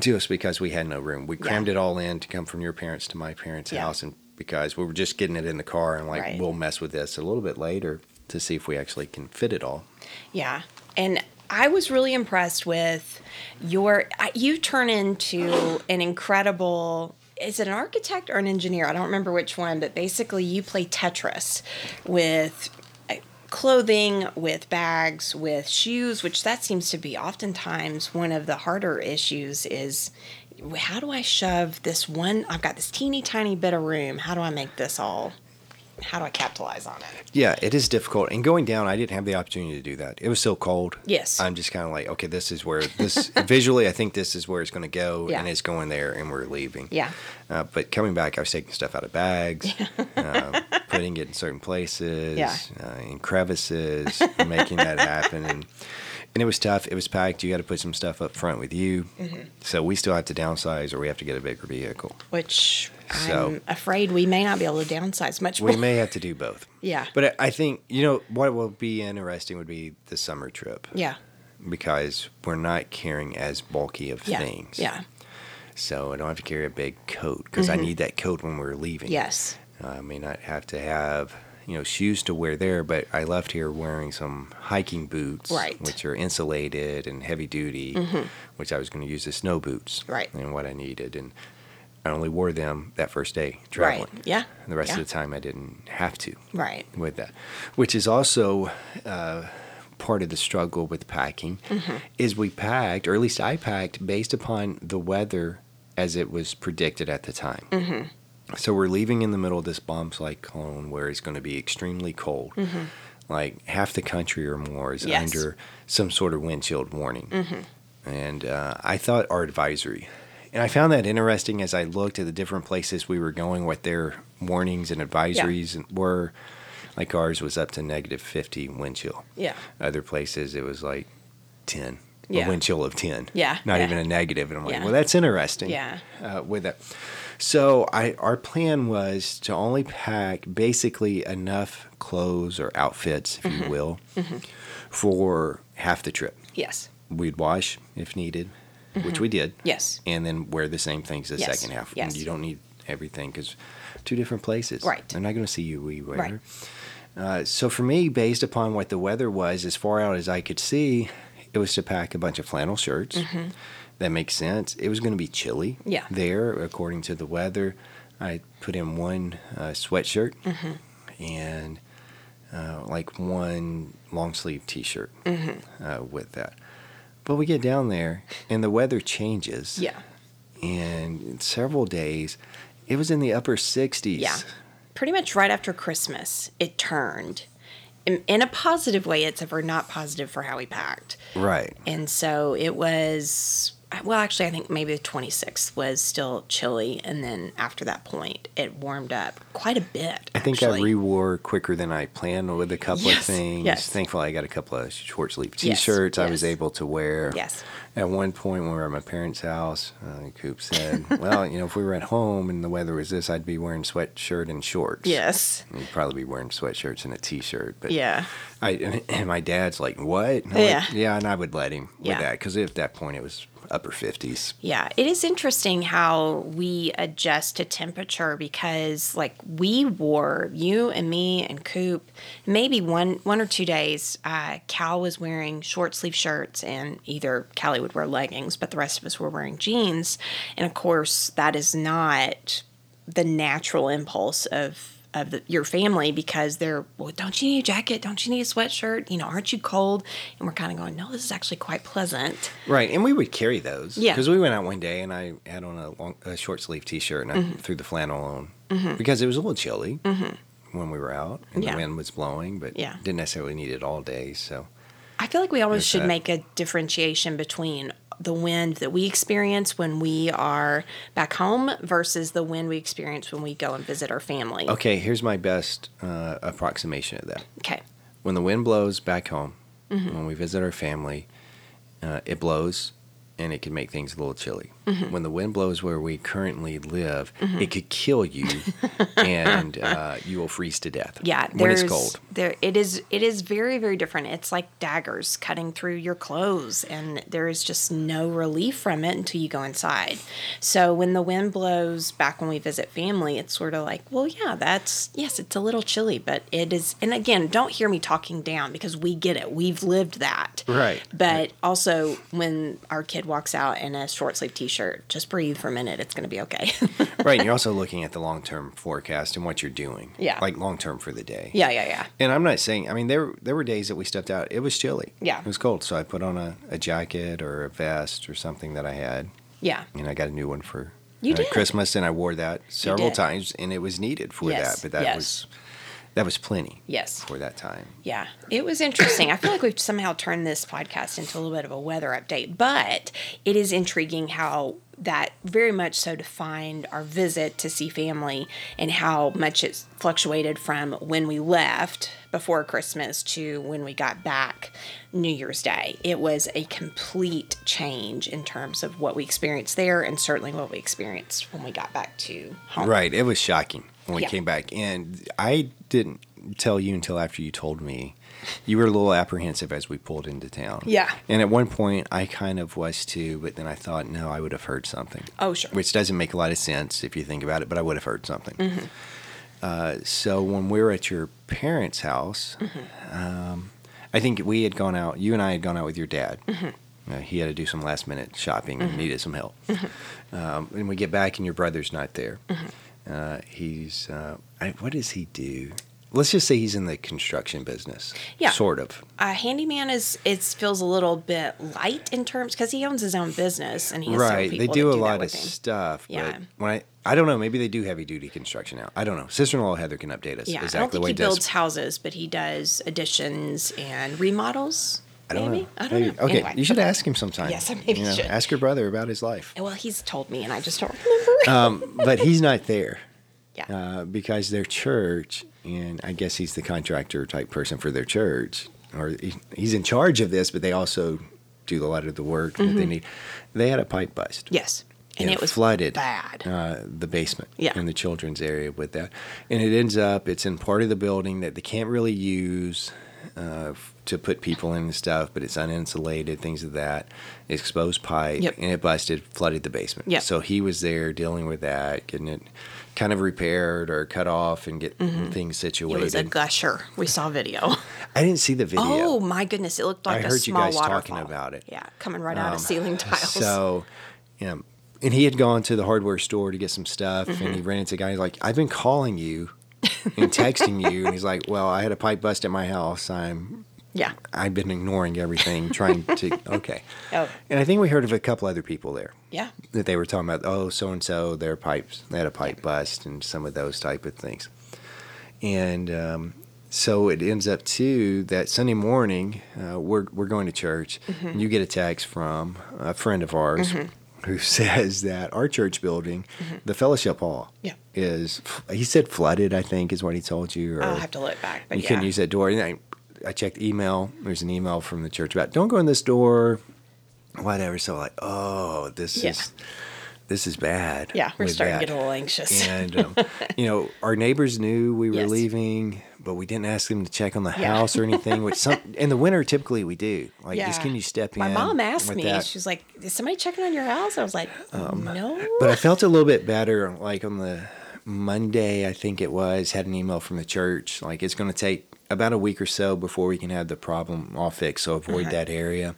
[SPEAKER 1] to us because we had no room. We crammed it all in to come from your parents to my parents'
[SPEAKER 3] Yeah.
[SPEAKER 1] house, and because we were just getting it in the car and like
[SPEAKER 3] Right.
[SPEAKER 1] we'll mess with this a little bit later to see if we actually can fit it all.
[SPEAKER 3] Yeah. And I was really impressed with your, I- you turn into an incredible, is it an architect or an engineer? I don't remember which one, but basically you play Tetris with uh, clothing, with bags, with shoes, which that seems to be oftentimes one of the harder issues is how do I shove this one? I've got this teeny tiny bit of room. How do I make this all? How do I capitalize on it?
[SPEAKER 1] Yeah, it is difficult. And going down, I didn't have the opportunity to do that. It was so cold.
[SPEAKER 3] Yes.
[SPEAKER 1] I'm just kind of like, okay, this is where this visually, I think this is where it's going to go,
[SPEAKER 3] Yeah.
[SPEAKER 1] and it's going there, and we're leaving.
[SPEAKER 3] Yeah.
[SPEAKER 1] Uh, but coming back, I was taking stuff out of bags, uh, putting it in certain places,
[SPEAKER 3] Yeah.
[SPEAKER 1] uh, in crevices, making that happen. And, and it was tough. It was packed. You had to put some stuff up front with you.
[SPEAKER 3] Mm-hmm.
[SPEAKER 1] So we still have to downsize or we have to get a bigger vehicle.
[SPEAKER 3] which
[SPEAKER 1] So-
[SPEAKER 3] I'm afraid we may not be able to downsize much more.
[SPEAKER 1] We may have to do both.
[SPEAKER 3] Yeah.
[SPEAKER 1] But I I think, you know, what will be interesting would be the summer trip
[SPEAKER 3] yeah,
[SPEAKER 1] because we're not carrying as bulky of
[SPEAKER 3] yeah,
[SPEAKER 1] things.
[SPEAKER 3] yeah, Mm-hmm.
[SPEAKER 1] So I don't have to carry a big coat because I need that coat when we're leaving. Uh,
[SPEAKER 3] yes,
[SPEAKER 1] I may not have to have you know shoes to wear there, but I left here wearing some hiking boots,
[SPEAKER 3] Right. Mm-hmm.
[SPEAKER 1] which are insulated and heavy duty, which I was going to use as snow boots,
[SPEAKER 3] Right.
[SPEAKER 1] and what I needed, and I only wore them that first day traveling.
[SPEAKER 3] right, yeah.
[SPEAKER 1] The rest
[SPEAKER 3] yeah.
[SPEAKER 1] of the time, I didn't have to
[SPEAKER 3] right,
[SPEAKER 1] with that, which is also uh, part of the struggle with packing.
[SPEAKER 3] Mm-hmm.
[SPEAKER 1] Is we packed, or at least I packed, based upon the weather as it was predicted at the time.
[SPEAKER 3] Mm-hmm.
[SPEAKER 1] So we're leaving in the middle of this bomb cyclone where it's going to be extremely cold. Like half the country or more is
[SPEAKER 3] Mm-hmm. Yes.
[SPEAKER 1] under some sort of wind chill warning. And uh, I thought our advisory. And I found that interesting as I looked at the different places we were going, what their warnings and advisories were. Like ours was up to negative 50 wind chill.
[SPEAKER 3] yeah,
[SPEAKER 1] Other places it was like 10,
[SPEAKER 3] Yeah.
[SPEAKER 1] a wind chill of 10.
[SPEAKER 3] Yeah,
[SPEAKER 1] Not
[SPEAKER 3] yeah.
[SPEAKER 1] even a negative. And I'm like,
[SPEAKER 3] Yeah.
[SPEAKER 1] well, that's interesting
[SPEAKER 3] yeah,
[SPEAKER 1] uh, with it. So I our plan was to only pack basically enough clothes or outfits, if you will, for half the trip.
[SPEAKER 3] yes,
[SPEAKER 1] We'd wash if needed, which we did,
[SPEAKER 3] yes,
[SPEAKER 1] and then wear the same things the
[SPEAKER 3] Yes,
[SPEAKER 1] second half.
[SPEAKER 3] yes.
[SPEAKER 1] You don't need everything because two different places.
[SPEAKER 3] Right.
[SPEAKER 1] They're not going to see you we wear. Uh, so for me, based upon what the weather was, as far out as I could see, it was to pack a bunch of flannel shirts. That makes sense. It was going to be chilly
[SPEAKER 3] Mm-hmm. Yeah.
[SPEAKER 1] there, according to the weather. I put in one uh, sweatshirt
[SPEAKER 3] Mm-hmm.
[SPEAKER 1] and uh, like one long sleeve t shirt
[SPEAKER 3] Mm-hmm.
[SPEAKER 1] uh, with that. But we get down there and the weather changes.
[SPEAKER 3] yeah,
[SPEAKER 1] And in several days, it was in the upper 60s.
[SPEAKER 3] yeah. Pretty much right after Christmas, it turned. In, in a positive way, it's ever not positive for how we packed.
[SPEAKER 1] Right.
[SPEAKER 3] And so it was, well, actually, I think maybe the 26th was still chilly. And then after that point, it warmed up quite a bit.
[SPEAKER 1] I think
[SPEAKER 3] actually.
[SPEAKER 1] I rewore quicker than I planned with a couple
[SPEAKER 3] Yes,
[SPEAKER 1] of things.
[SPEAKER 3] yes.
[SPEAKER 1] Thankfully, I got a couple of short sleeve t
[SPEAKER 3] Yes,
[SPEAKER 1] shirts I was
[SPEAKER 3] yes.
[SPEAKER 1] able to wear.
[SPEAKER 3] Yes.
[SPEAKER 1] At one point, when we were at my parents' house, uh, Coop said, Well, you know, if we were at home and the weather was this, I'd be wearing sweatshirt and shorts.
[SPEAKER 3] Yes.
[SPEAKER 1] And You'd probably be wearing sweatshirts and a t shirt. But
[SPEAKER 3] Yeah.
[SPEAKER 1] I, and my dad's like, What? And I'm
[SPEAKER 3] Yeah.
[SPEAKER 1] like, yeah. And I would let him with
[SPEAKER 3] Yeah.
[SPEAKER 1] that because at that point, it was upper 50s.
[SPEAKER 3] Yeah, it is interesting how we adjust to temperature because, like, we wore you and me and Coop maybe one one or two days. Uh, Cal was wearing short sleeve shirts, and either Callie would wear leggings, but the rest of us were wearing jeans. And of course, that is not the natural impulse of of the, your family because they're well don't you need a jacket don't you need a sweatshirt you know aren't you cold and we're kind of going no this is actually quite pleasant
[SPEAKER 1] Right, and we would carry those.
[SPEAKER 3] Yeah.
[SPEAKER 1] Because we went out one day and I had on a, long, a short sleeve t shirt and I
[SPEAKER 3] Mm-hmm.
[SPEAKER 1] threw the flannel on because it was a little chilly when we were out and
[SPEAKER 3] Mm-hmm. Yeah.
[SPEAKER 1] the wind was blowing, but
[SPEAKER 3] Yeah.
[SPEAKER 1] didn't necessarily need it all day. So,
[SPEAKER 3] I feel like we always
[SPEAKER 1] There's
[SPEAKER 3] should
[SPEAKER 1] that.
[SPEAKER 3] make a differentiation between the wind that we experience when we are back home versus the wind we experience when we go and visit our family.
[SPEAKER 1] okay, here's my best uh, approximation of that.
[SPEAKER 3] Okay.
[SPEAKER 1] When the wind blows back home,
[SPEAKER 3] Mm-hmm.
[SPEAKER 1] when we visit our family, uh, it blows and it can make things a little chilly.
[SPEAKER 3] Mm-hmm.
[SPEAKER 1] When the wind blows where we currently live, it could kill you and uh, you will freeze to death.
[SPEAKER 3] Yeah,
[SPEAKER 1] When it's
[SPEAKER 3] there's-
[SPEAKER 1] cold.
[SPEAKER 3] There it is it is very very different. It's like daggers cutting through your clothes and there is just no relief from it until you go inside. So when the wind blows back when we visit family, it's sort of like, well, yeah, that's yes, it's a little chilly, but it is and again, don't hear me talking down because we get it. We've lived that.
[SPEAKER 1] Right.
[SPEAKER 3] But also when our kid walks out in a short sleeve t-shirt, just breathe for a minute. It's going to be okay.
[SPEAKER 1] right. And you're also looking at the long term forecast and what you're doing.
[SPEAKER 3] Yeah.
[SPEAKER 1] Like long term for the day.
[SPEAKER 3] yeah, yeah, yeah.
[SPEAKER 1] And I'm not saying, I mean, there there were days that we stepped out. It was chilly.
[SPEAKER 3] Yeah.
[SPEAKER 1] It was cold. So I put on a, a jacket or a vest or something that I had.
[SPEAKER 3] Yeah.
[SPEAKER 1] And I got a new one for
[SPEAKER 3] You
[SPEAKER 1] uh,
[SPEAKER 3] did.
[SPEAKER 1] Christmas. And I wore that several
[SPEAKER 3] did.
[SPEAKER 1] times. And it was needed for that.
[SPEAKER 3] Yes,
[SPEAKER 1] But that
[SPEAKER 3] yes.
[SPEAKER 1] was that was plenty
[SPEAKER 3] Yes.
[SPEAKER 1] for that time.
[SPEAKER 3] Yeah, it was interesting. I feel like we've somehow turned this podcast into a little bit of a weather update, but it is intriguing how that very much so defined our visit to see family and how much it's fluctuated from when we left before Christmas to when we got back New Year's Day. It was a complete change in terms of what we experienced there and certainly what we experienced when we got back to home.
[SPEAKER 1] Right. It was shocking when we
[SPEAKER 3] Yeah.
[SPEAKER 1] came back. And I didn't tell you until after you told me. You were a little apprehensive as we pulled into town.
[SPEAKER 3] Yeah.
[SPEAKER 1] And at one point, I kind of was too, but then I thought, no, I would have heard something.
[SPEAKER 3] Oh, sure.
[SPEAKER 1] Which doesn't make a lot of sense if you think about it, but I would have heard something.
[SPEAKER 3] Mm-hmm.
[SPEAKER 1] Uh, so when we were at your parents' house,
[SPEAKER 3] Mm-hmm.
[SPEAKER 1] um, I think we had gone out, you and I had gone out with your dad.
[SPEAKER 3] Mm-hmm.
[SPEAKER 1] Uh, he had to do some last minute shopping and needed some help.
[SPEAKER 3] Mm-hmm.
[SPEAKER 1] Um, and we get back, and your brother's not there. Uh, he's, uh, I, what does he do? Let's just say he's in the construction business.
[SPEAKER 3] Yeah.
[SPEAKER 1] Sort of.
[SPEAKER 3] uh, handyman is it feels a little bit light in terms because he owns his own business and he has
[SPEAKER 1] right.
[SPEAKER 3] several
[SPEAKER 1] They
[SPEAKER 3] people
[SPEAKER 1] do
[SPEAKER 3] that
[SPEAKER 1] a
[SPEAKER 3] that
[SPEAKER 1] lot of
[SPEAKER 3] with him.
[SPEAKER 1] stuff.
[SPEAKER 3] Yeah.
[SPEAKER 1] But when I, I don't know, maybe they do heavy duty construction now. I don't know. Sister in law Heather can update us
[SPEAKER 3] yeah,
[SPEAKER 1] exactly
[SPEAKER 3] I don't think
[SPEAKER 1] what
[SPEAKER 3] he
[SPEAKER 1] he does.
[SPEAKER 3] builds houses, but he does additions and remodels.
[SPEAKER 1] I don't
[SPEAKER 3] maybe?
[SPEAKER 1] know.
[SPEAKER 3] I don't
[SPEAKER 1] Maybe.
[SPEAKER 3] know.
[SPEAKER 1] Okay,
[SPEAKER 3] Anyway.
[SPEAKER 1] you should ask him sometime.
[SPEAKER 3] Yes, I maybe
[SPEAKER 1] You
[SPEAKER 3] should.
[SPEAKER 1] Ask your brother about his life.
[SPEAKER 3] Well, he's told me, and I just don't remember.
[SPEAKER 1] Um, but he's not there
[SPEAKER 3] yeah.
[SPEAKER 1] uh, because their church, and I guess he's the contractor type person for their church, or he, he's in charge of this, but they also do a lot of the work that they need. They had a pipe bust.
[SPEAKER 3] yes. And it was
[SPEAKER 1] flooded
[SPEAKER 3] bad.
[SPEAKER 1] uh, the basement
[SPEAKER 3] Yeah.
[SPEAKER 1] and the children's area with that, and it ends up it's in part of the building that they can't really use uh, f- to put people in and stuff, but it's uninsulated, things of that, exposed pipe,
[SPEAKER 3] Yep.
[SPEAKER 1] and it busted, flooded the basement.
[SPEAKER 3] Yep.
[SPEAKER 1] So he was there dealing with that, getting it kind of repaired or cut off and get things
[SPEAKER 3] Mm-hmm. it was a
[SPEAKER 1] situated.
[SPEAKER 3] gusher. We saw video.
[SPEAKER 1] I didn't see the video.
[SPEAKER 3] Oh my goodness! It looked like
[SPEAKER 1] I
[SPEAKER 3] a
[SPEAKER 1] heard you
[SPEAKER 3] small
[SPEAKER 1] guys
[SPEAKER 3] waterfall.
[SPEAKER 1] talking about it.
[SPEAKER 3] Yeah, coming right out of ceiling tiles.
[SPEAKER 1] Um, So, yeah. And he had gone to the hardware store to get some stuff and
[SPEAKER 3] Mm-hmm.
[SPEAKER 1] he ran into a guy. He's like, I've been calling you and texting you. And he's like, Well, I had a pipe bust at my house. I'm,
[SPEAKER 3] yeah.
[SPEAKER 1] I've been ignoring everything, trying to, okay.
[SPEAKER 3] Oh.
[SPEAKER 1] And I think we heard of a couple other people there
[SPEAKER 3] Yeah.
[SPEAKER 1] that they were talking about, oh, so and so, their pipes, they had a pipe bust and some of those type of things. And um, so it ends up too that Sunday morning, uh, we're, we're going to church.
[SPEAKER 3] Mm-hmm.
[SPEAKER 1] And you get a text from a friend of ours
[SPEAKER 3] Mm-hmm.
[SPEAKER 1] who says that our church building, the fellowship hall,
[SPEAKER 3] Yeah.
[SPEAKER 1] is, he said flooded, I think, is what he told you. Or
[SPEAKER 3] I'll Oh, have to look back. But
[SPEAKER 1] you
[SPEAKER 3] yeah.
[SPEAKER 1] couldn't use that door. And I, I checked email. There's an email from the church about don't go in this door, whatever. So like, oh, this
[SPEAKER 3] Yeah.
[SPEAKER 1] is this is bad.
[SPEAKER 3] Yeah, we're
[SPEAKER 1] Really
[SPEAKER 3] starting to
[SPEAKER 1] bad.
[SPEAKER 3] get a little anxious.
[SPEAKER 1] and um, you know our neighbors knew we were
[SPEAKER 3] Yes.
[SPEAKER 1] leaving but we didn't ask them to check on the house or anything which some in the winter typically we do like just
[SPEAKER 3] Yeah.
[SPEAKER 1] can you step
[SPEAKER 3] My
[SPEAKER 1] in
[SPEAKER 3] mom asked
[SPEAKER 1] with
[SPEAKER 3] me,
[SPEAKER 1] that? Um,
[SPEAKER 3] she's like, "Is somebody checking on your house?" I was like, "No."
[SPEAKER 1] but i felt a little bit better like on the monday i think it was had an email from the church like it's going to take about a week or so before we can have the problem all fixed so avoid that area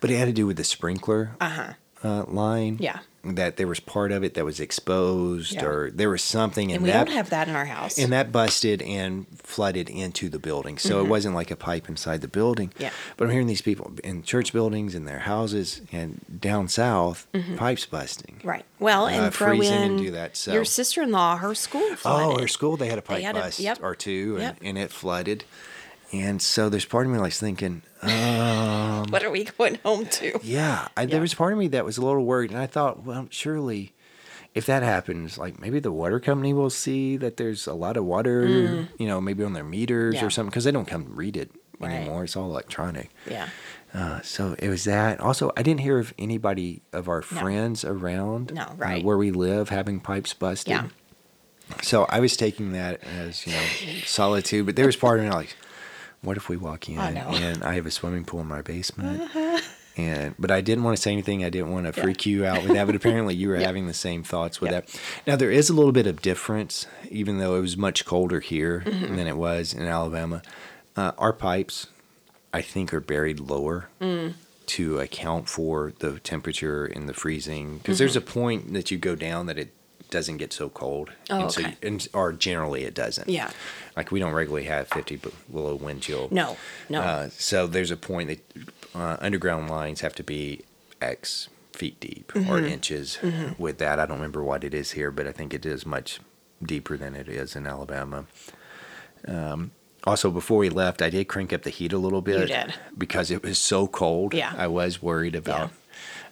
[SPEAKER 1] but it had to do with the sprinkler
[SPEAKER 3] Uh-huh.
[SPEAKER 1] uh, line
[SPEAKER 3] Yeah.
[SPEAKER 1] that there was part of it that was exposed
[SPEAKER 3] Yeah.
[SPEAKER 1] or there was something in
[SPEAKER 3] And we
[SPEAKER 1] that
[SPEAKER 3] don't have that in our house.
[SPEAKER 1] and that busted and flooded into the building. So it wasn't like a pipe inside the building.
[SPEAKER 3] Mm-hmm. Yeah.
[SPEAKER 1] But I'm hearing these people in church buildings and their houses and down south,
[SPEAKER 3] Mm-hmm.
[SPEAKER 1] pipes busting.
[SPEAKER 3] right. Well, and
[SPEAKER 1] Uh,
[SPEAKER 3] throw in
[SPEAKER 1] freezing and do that, so-
[SPEAKER 3] your sister-in-law, her school flooded.
[SPEAKER 1] Oh, our school they had a pipe
[SPEAKER 3] had a-
[SPEAKER 1] bust
[SPEAKER 3] yep.
[SPEAKER 1] or two, and,
[SPEAKER 3] Yep.
[SPEAKER 1] and it flooded. And so there's part of me that's thinking, uh,
[SPEAKER 3] What are we going home to?
[SPEAKER 1] yeah, I, there
[SPEAKER 3] Yeah.
[SPEAKER 1] was part of me that was a little worried, and I thought, well, surely. If that happens, like maybe the water company will see that there's a lot of water, you know, maybe on their meters
[SPEAKER 3] Mm. Yeah.
[SPEAKER 1] or something, because they don't come read it
[SPEAKER 3] Right.
[SPEAKER 1] anymore. It's all electronic.
[SPEAKER 3] Yeah.
[SPEAKER 1] Uh, so it was that. Also, I didn't hear of anybody of our friends around
[SPEAKER 3] No,
[SPEAKER 1] uh,
[SPEAKER 3] right.
[SPEAKER 1] where we live having pipes busted.
[SPEAKER 3] Yeah.
[SPEAKER 1] So I was taking that as, you know, solitude. But there was part of me like, what if we walk in
[SPEAKER 3] I know.
[SPEAKER 1] and I have a swimming pool in my basement? And but I didn't want to say anything. I didn't want to freak you out with that. But apparently you were having the same thoughts with that. Now there is a little bit of difference, even though it was much colder here
[SPEAKER 3] Mm-hmm.
[SPEAKER 1] than it was in Alabama. Uh, our pipes, I think, are buried lower to account for the temperature and the freezing because there's a
[SPEAKER 3] Mm-hmm.
[SPEAKER 1] point that you go down that it doesn't get so cold
[SPEAKER 3] Oh,
[SPEAKER 1] and so
[SPEAKER 3] okay.
[SPEAKER 1] you- and or generally it doesn't
[SPEAKER 3] Yeah.
[SPEAKER 1] like we don't regularly have 50 be- below wind chill
[SPEAKER 3] No, no.
[SPEAKER 1] uh, so there's a point that uh, underground lines have to be x feet deep
[SPEAKER 3] Mm-hmm.
[SPEAKER 1] or inches with that i don't remember what it is here but i think it is much deeper than it is in alabama also, before we left, I did crank up the heat a little bit.
[SPEAKER 3] did.
[SPEAKER 1] Because it was so cold.
[SPEAKER 3] Yeah.
[SPEAKER 1] I was worried about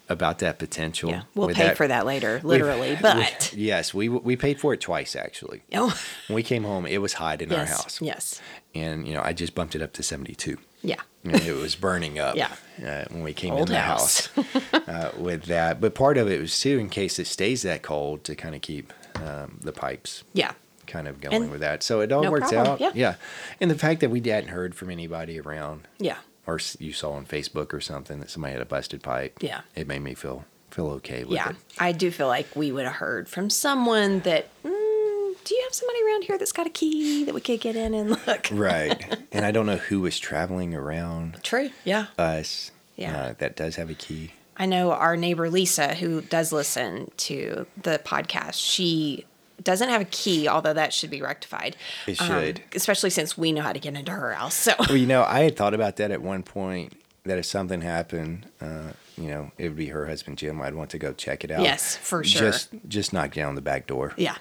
[SPEAKER 1] about that potential.
[SPEAKER 3] yeah. We'll
[SPEAKER 1] with
[SPEAKER 3] pay for that later,
[SPEAKER 1] We-
[SPEAKER 3] literally.
[SPEAKER 1] we-
[SPEAKER 3] but
[SPEAKER 1] yes, we we paid for it twice actually.
[SPEAKER 3] oh,
[SPEAKER 1] When we came home, it was hot in our
[SPEAKER 3] yes,
[SPEAKER 1] house.
[SPEAKER 3] yes,
[SPEAKER 1] And you know, I just bumped it up to seventy two.
[SPEAKER 3] yeah.
[SPEAKER 1] And it was burning up
[SPEAKER 3] Yeah.
[SPEAKER 1] uh, when we came
[SPEAKER 3] Old
[SPEAKER 1] in the
[SPEAKER 3] house.
[SPEAKER 1] house, uh, with that. But part of it was too, in case it stays that cold, to kind of keep um, the pipes
[SPEAKER 3] Yeah.
[SPEAKER 1] kind of going
[SPEAKER 3] And
[SPEAKER 1] with that. So it all
[SPEAKER 3] no
[SPEAKER 1] works
[SPEAKER 3] problem,
[SPEAKER 1] out.
[SPEAKER 3] yeah.
[SPEAKER 1] And the fact that we hadn't heard from anybody around
[SPEAKER 3] Yeah.
[SPEAKER 1] or s- you saw on Facebook or something that somebody had a busted pipe.
[SPEAKER 3] Yeah.
[SPEAKER 1] It made me feel feel okay with
[SPEAKER 3] Yeah.
[SPEAKER 1] it.
[SPEAKER 3] I do feel like we would have heard from someone that, mm, do you have somebody around here that's got a key that we could get in and look?
[SPEAKER 1] Right. and I don't know who was traveling around
[SPEAKER 3] True. Yeah.
[SPEAKER 1] us.
[SPEAKER 3] Yeah.
[SPEAKER 1] uh, that does have a key.
[SPEAKER 3] I know our neighbor Lisa, who does listen to the podcast, she doesn't have a key, although that should be rectified.
[SPEAKER 1] It
[SPEAKER 3] Um,
[SPEAKER 1] should.
[SPEAKER 3] especially since we know how to get into her house. So,
[SPEAKER 1] Well, you know, I had thought about that at one point. That if something happened, uh, you know, it would be her husband Jim. I'd want to go check it out.
[SPEAKER 3] Yes, for sure.
[SPEAKER 1] Just just knock down the back door.
[SPEAKER 3] yeah.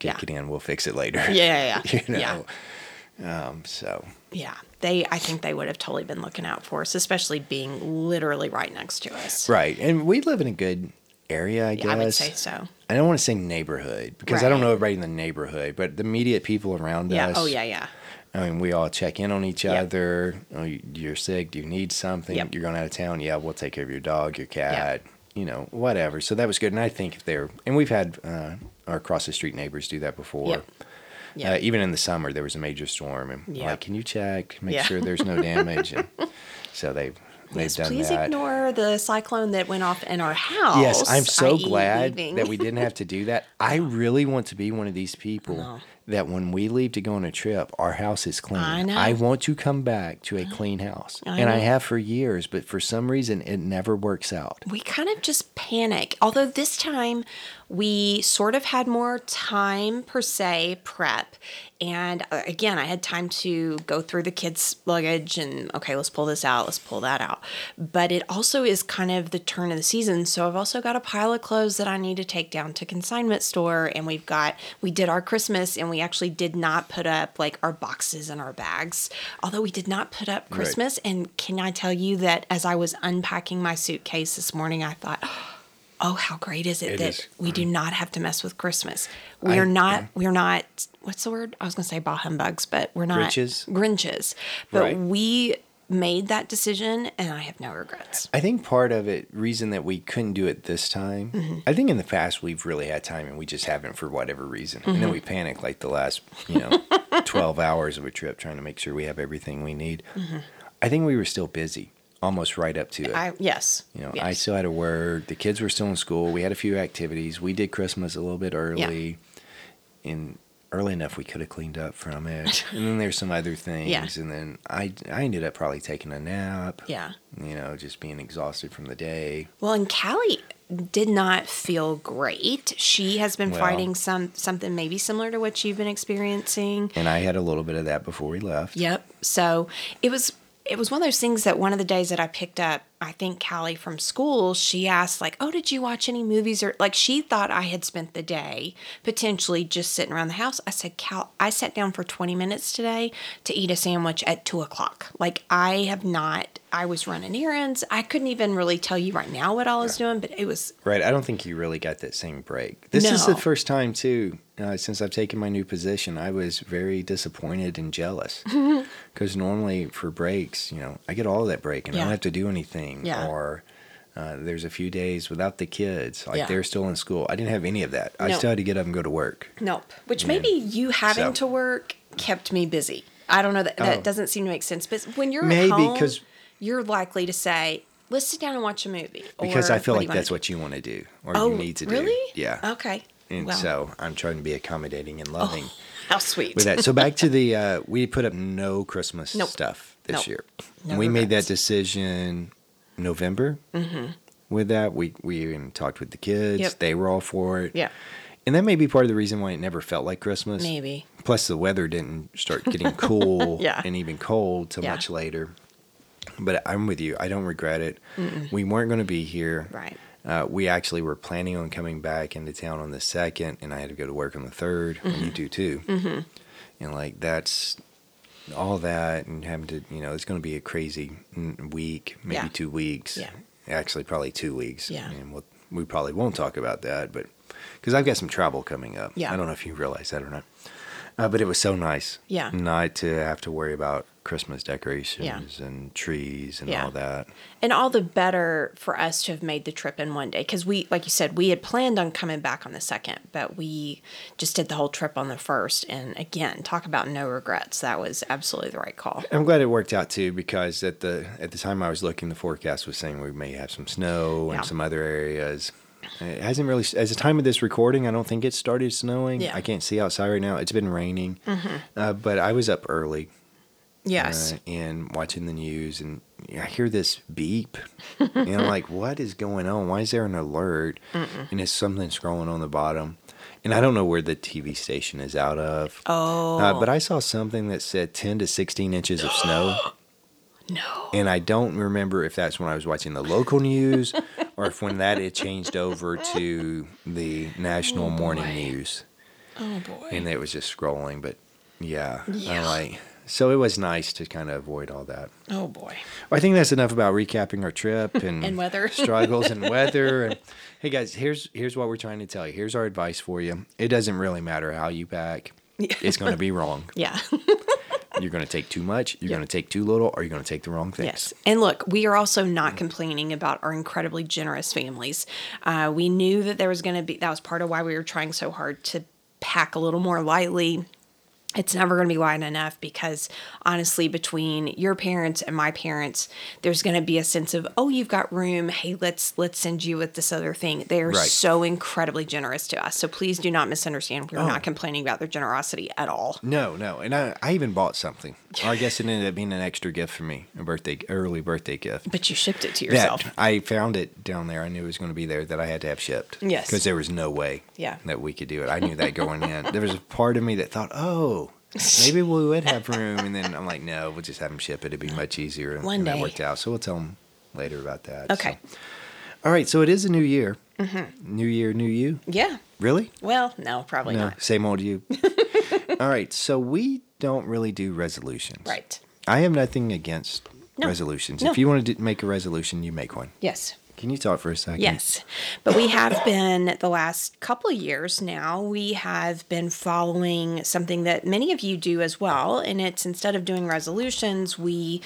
[SPEAKER 3] Yeah.
[SPEAKER 1] Kick it in. We'll fix it later.
[SPEAKER 3] Yeah. Yeah. Yeah.
[SPEAKER 1] you know.
[SPEAKER 3] yeah.
[SPEAKER 1] Um, so
[SPEAKER 3] Yeah. They, I think they would have totally been looking out for us, especially being literally right next to us.
[SPEAKER 1] right, and we live in a good area, I guess.
[SPEAKER 3] I would say so.
[SPEAKER 1] I don't want to say neighborhood because I don't
[SPEAKER 3] Right.
[SPEAKER 1] know everybody in the neighborhood, but the immediate people around
[SPEAKER 3] Yeah.
[SPEAKER 1] us.
[SPEAKER 3] Oh, yeah. Yeah.
[SPEAKER 1] I mean, we all check in on each
[SPEAKER 3] Yep.
[SPEAKER 1] other. Oh, you- you're sick. Do you need something?
[SPEAKER 3] Yep.
[SPEAKER 1] You're going out of town. Yeah, we'll take care of your dog, your cat, you know, whatever. So that was good. And I think if they're, and we've had uh, our across the street neighbors do that before.
[SPEAKER 3] Yep. Yeah.
[SPEAKER 1] Uh, even in the summer, there was a major storm, and
[SPEAKER 3] Yeah.
[SPEAKER 1] like, can you check, make
[SPEAKER 3] Yeah.
[SPEAKER 1] sure there's no damage? and so they've they've
[SPEAKER 3] Yes,
[SPEAKER 1] done
[SPEAKER 3] please
[SPEAKER 1] that.
[SPEAKER 3] ignore the cyclone that went off in our house.
[SPEAKER 1] Yes, I'm so
[SPEAKER 3] i.e.
[SPEAKER 1] glad
[SPEAKER 3] leaving.
[SPEAKER 1] that we didn't have to do that. I really want to be one of these people that when we leave to go on a trip, our house is clean.
[SPEAKER 3] I know.
[SPEAKER 1] want to come back to a clean house.
[SPEAKER 3] I
[SPEAKER 1] and I
[SPEAKER 3] know.
[SPEAKER 1] have for years, but for some reason it never works out.
[SPEAKER 3] we kind of just panic. Although this time we sort of had more time per se prep. And uh, again, I had time to go through the kids' luggage and okay, let's pull this out, let's pull that out. But it also is kind of the turn of the season. So I've also got a pile of clothes that I need to take down to consignment store. And we've got, we did our Christmas and we actually did not put up like our boxes and our bags. Although we did not put up Christmas. And can I tell you that as I was unpacking my suitcase this morning, I thought, oh, how great is it,
[SPEAKER 1] It
[SPEAKER 3] that
[SPEAKER 1] is Mm-hmm.
[SPEAKER 3] we do not have to mess with Christmas? We are not, we're not, what's the word? I was going to say bah humbugs, but we're not
[SPEAKER 1] Grinches?
[SPEAKER 3] Grinches. But
[SPEAKER 1] Right.
[SPEAKER 3] we, made that decision and I have no regrets.
[SPEAKER 1] I think part of it, reason that we couldn't do it this time, I think in the past we've really had time and we just haven't for whatever reason. And then we panic like the last, you know, 12 hours of a trip trying to make sure we have everything we need. I think we were still busy almost right up to it.
[SPEAKER 3] I yes.
[SPEAKER 1] you know,
[SPEAKER 3] yes.
[SPEAKER 1] I still had to work. The kids were still in school. We had a few activities. We did Christmas a little bit early. And early enough we could have cleaned up from it. and then there's some other things. And then I, I ended up probably taking a nap
[SPEAKER 3] yeah.
[SPEAKER 1] you know, just being exhausted from the day.
[SPEAKER 3] Well, and Callie did not feel great. She has been
[SPEAKER 1] Well-
[SPEAKER 3] fighting some something maybe similar to what you've been experiencing.
[SPEAKER 1] And I had a little bit of that before we left.
[SPEAKER 3] Yep. So it was it was one of those things that one of the days that I picked up, I think Callie from school, she asked like, "Oh, did you watch any movies?" Or like she thought I had spent the day potentially just sitting around the house. I said, "Cal, I sat down for 20 minutes today to eat a sandwich at two o'clock. Like I have not. I was running errands. I couldn't even really tell you right now what I was doing, but it was
[SPEAKER 1] Right. I don't think you really got that same break. This is
[SPEAKER 3] No.
[SPEAKER 1] the first time, too, uh, since I've taken my new position, I was very disappointed and jealous. Because normally for breaks, you know, I get all of that break and I
[SPEAKER 3] Yeah.
[SPEAKER 1] don't have to do anything.
[SPEAKER 3] Yeah.
[SPEAKER 1] Or uh, there's a few days without the kids, like
[SPEAKER 3] Yeah.
[SPEAKER 1] they're still in school. I didn't have any of that. I
[SPEAKER 3] No.
[SPEAKER 1] still had to get up and go to work.
[SPEAKER 3] Nope. Which maybe you having
[SPEAKER 1] So-
[SPEAKER 3] to work kept me busy. I don't know that that
[SPEAKER 1] Oh.
[SPEAKER 3] doesn't seem to make sense. But when you're
[SPEAKER 1] Maybe,
[SPEAKER 3] at home,
[SPEAKER 1] 'cause-
[SPEAKER 3] you're likely to say, "Let's sit down and watch a movie."
[SPEAKER 1] Because
[SPEAKER 3] or,
[SPEAKER 1] I feel
[SPEAKER 3] "What do
[SPEAKER 1] like
[SPEAKER 3] you wanna
[SPEAKER 1] that's
[SPEAKER 3] do?"
[SPEAKER 1] what you want to do or
[SPEAKER 3] Oh,
[SPEAKER 1] you need to do.
[SPEAKER 3] really? Oh,
[SPEAKER 1] Yeah.
[SPEAKER 3] Okay.
[SPEAKER 1] And
[SPEAKER 3] Well,
[SPEAKER 1] so I'm trying to be accommodating
[SPEAKER 3] Oh.
[SPEAKER 1] and loving.
[SPEAKER 3] how sweet.
[SPEAKER 1] with that. So back to the uh, we put up no Christmas
[SPEAKER 3] Nope.
[SPEAKER 1] stuff this
[SPEAKER 3] Nope.
[SPEAKER 1] year.
[SPEAKER 3] No
[SPEAKER 1] we made that
[SPEAKER 3] regrets.
[SPEAKER 1] decision November. With that, we we even talked with the kids.
[SPEAKER 3] Mm-hmm. Yep.
[SPEAKER 1] They were all for it.
[SPEAKER 3] Yeah.
[SPEAKER 1] And that may be part of the reason why it never felt like Christmas.
[SPEAKER 3] Maybe.
[SPEAKER 1] Plus, the weather didn't start getting cool
[SPEAKER 3] Yeah.
[SPEAKER 1] and even cold till
[SPEAKER 3] Yeah.
[SPEAKER 1] much later. But I'm with you. I don't regret it. We weren't going to be here.
[SPEAKER 3] Right.
[SPEAKER 1] Uh, we actually were planning on coming back into town on the second, and I had to go to work on the 3rd And you do too. Mm-hmm. And like that's all that, and having to, you know, it's going to be a crazy mm, week, maybe
[SPEAKER 3] Yeah.
[SPEAKER 1] two weeks.
[SPEAKER 3] Yeah.
[SPEAKER 1] Actually, probably two weeks.
[SPEAKER 3] Yeah.
[SPEAKER 1] And we'll, we probably won't talk about that, but because I've got some travel coming up.
[SPEAKER 3] Yeah.
[SPEAKER 1] I don't know if you realize that or not. Uh, but it was so nice.
[SPEAKER 3] Yeah.
[SPEAKER 1] Not to have to worry about Christmas decorations
[SPEAKER 3] Yeah.
[SPEAKER 1] and trees and
[SPEAKER 3] Yeah.
[SPEAKER 1] all that.
[SPEAKER 3] and all the better for us to have made the trip in one day because we like you said we had planned on coming back on the second but we just did the whole trip on the first and again talk about no regrets that was absolutely the right call
[SPEAKER 1] I'm glad it worked out too because at the at the time I was looking, the forecast was saying we may have some snow
[SPEAKER 3] Yeah.
[SPEAKER 1] in some other areas. It hasn't really, as the time of this recording, I don't think it started snowing.
[SPEAKER 3] Yeah. Mm-hmm.
[SPEAKER 1] I can't see outside right now. It's been raining, uh, but I was up early
[SPEAKER 3] yes
[SPEAKER 1] uh, and watching the news, and I hear this beep, and I'm like, "What is going on? Why is there an alert?" And it's something scrolling on the bottom, and I don't know where the TV station is out of.
[SPEAKER 3] oh
[SPEAKER 1] Uh, but I saw something that said 10 to 16 inches of snow.
[SPEAKER 3] no
[SPEAKER 1] And I don't remember if that's when I was watching the local news or if when that it changed over to the national morning news.
[SPEAKER 3] oh boy
[SPEAKER 1] And it was just scrolling. But yeah, I'm like, so it was nice to kind of avoid all that.
[SPEAKER 3] oh boy
[SPEAKER 1] I think that's enough about recapping our trip and,
[SPEAKER 3] And weather.
[SPEAKER 1] struggles and weather. And hey, guys, here's here's what we're trying to tell you. Here's our advice for you. It doesn't really matter how you pack. It's going to be wrong.
[SPEAKER 3] yeah
[SPEAKER 1] You're going to take too much. You're going to take too little, or you're going to take the wrong things.
[SPEAKER 3] Yes. And look, we are also not complaining about our incredibly generous families. Uh, we knew that there was going to be, that was part of why we were trying so hard to pack a little more lightly. It's never going to be light enough because honestly, between your parents and my parents, there's going to be a sense of, oh, you've got room. Hey, let's let's send you with this other thing. They are
[SPEAKER 1] Right.
[SPEAKER 3] so incredibly generous to us. So please do not misunderstand.
[SPEAKER 1] Oh.
[SPEAKER 3] We're not complaining about their generosity at all.
[SPEAKER 1] No, no, and I, I even bought something. Or I guess it ended up being an extra gift for me, a birthday, early birthday gift.
[SPEAKER 3] But you shipped it to yourself.
[SPEAKER 1] That I found it down there. I knew it was going to be there. That I had to have shipped.
[SPEAKER 3] Yes.
[SPEAKER 1] because there was no way.
[SPEAKER 3] Yeah.
[SPEAKER 1] that we could do it. I knew that going in. There was a part of me that thought, oh, maybe we would have room, and then I'm like, no, we'll just have them ship it. It'd be much easier.
[SPEAKER 3] One
[SPEAKER 1] and
[SPEAKER 3] day.
[SPEAKER 1] that worked out. So we'll tell them later about that.
[SPEAKER 3] Okay.
[SPEAKER 1] So- All right. So it is a new year. Mm-hmm. New year, new you.
[SPEAKER 3] Yeah.
[SPEAKER 1] Really?
[SPEAKER 3] Well, no, probably
[SPEAKER 1] No,
[SPEAKER 3] not.
[SPEAKER 1] same old you. All right, so we don't really do resolutions.
[SPEAKER 3] Right.
[SPEAKER 1] I have nothing against resolutions.
[SPEAKER 3] No.
[SPEAKER 1] If you want to do, make a resolution, you make one.
[SPEAKER 3] Yes.
[SPEAKER 1] Can you talk for a second?
[SPEAKER 3] Yes. But we have been, the last couple of years now, we have been following something that many of you do as well. And it's instead of doing resolutions, we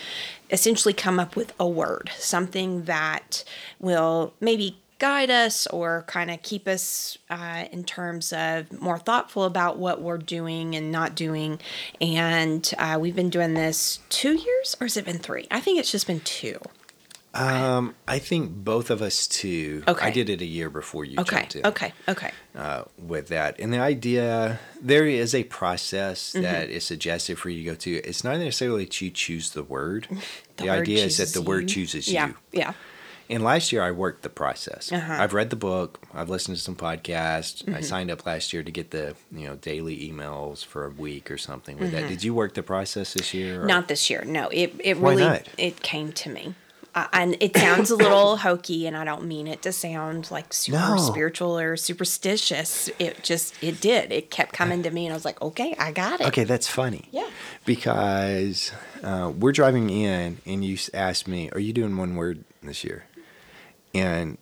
[SPEAKER 3] essentially come up with a word, something that will maybe guide us or kind of keep us uh, in terms of more thoughtful about what we're doing and not doing. And uh, we've been doing this two years, or has it been three? I think it's just been two.
[SPEAKER 1] Um, I think both of us too. I
[SPEAKER 3] Okay.
[SPEAKER 1] did it a year before you
[SPEAKER 3] Okay.
[SPEAKER 1] jumped in.
[SPEAKER 3] Okay. Okay.
[SPEAKER 1] uh, with that. And the idea there is a process
[SPEAKER 3] Mm-hmm.
[SPEAKER 1] that is suggested for you to go to. It's not necessarily that you choose the word. The,
[SPEAKER 3] word
[SPEAKER 1] idea is that
[SPEAKER 3] chooses
[SPEAKER 1] the word
[SPEAKER 3] you.
[SPEAKER 1] chooses
[SPEAKER 3] yeah.
[SPEAKER 1] you.
[SPEAKER 3] Yeah.
[SPEAKER 1] And last year I worked the process.
[SPEAKER 3] Uh-huh. Mm-hmm.
[SPEAKER 1] I've read the book. I've listened to some podcasts. I signed up last year to get the you know daily emails for a week or something with that. Did you work the process this year? or-
[SPEAKER 3] Not this year. Mm-hmm. No, it it
[SPEAKER 1] Why
[SPEAKER 3] really
[SPEAKER 1] not?
[SPEAKER 3] it came to me, uh, and it sounds a little hokey, and I don't mean it to sound like super
[SPEAKER 1] No.
[SPEAKER 3] spiritual or superstitious. It just it did. It kept coming to me, and I was like, okay, I got it.
[SPEAKER 1] Okay, that's funny.
[SPEAKER 3] Yeah.
[SPEAKER 1] Because uh, we're driving in, and you s- asked me, "Are you doing one word this year?" And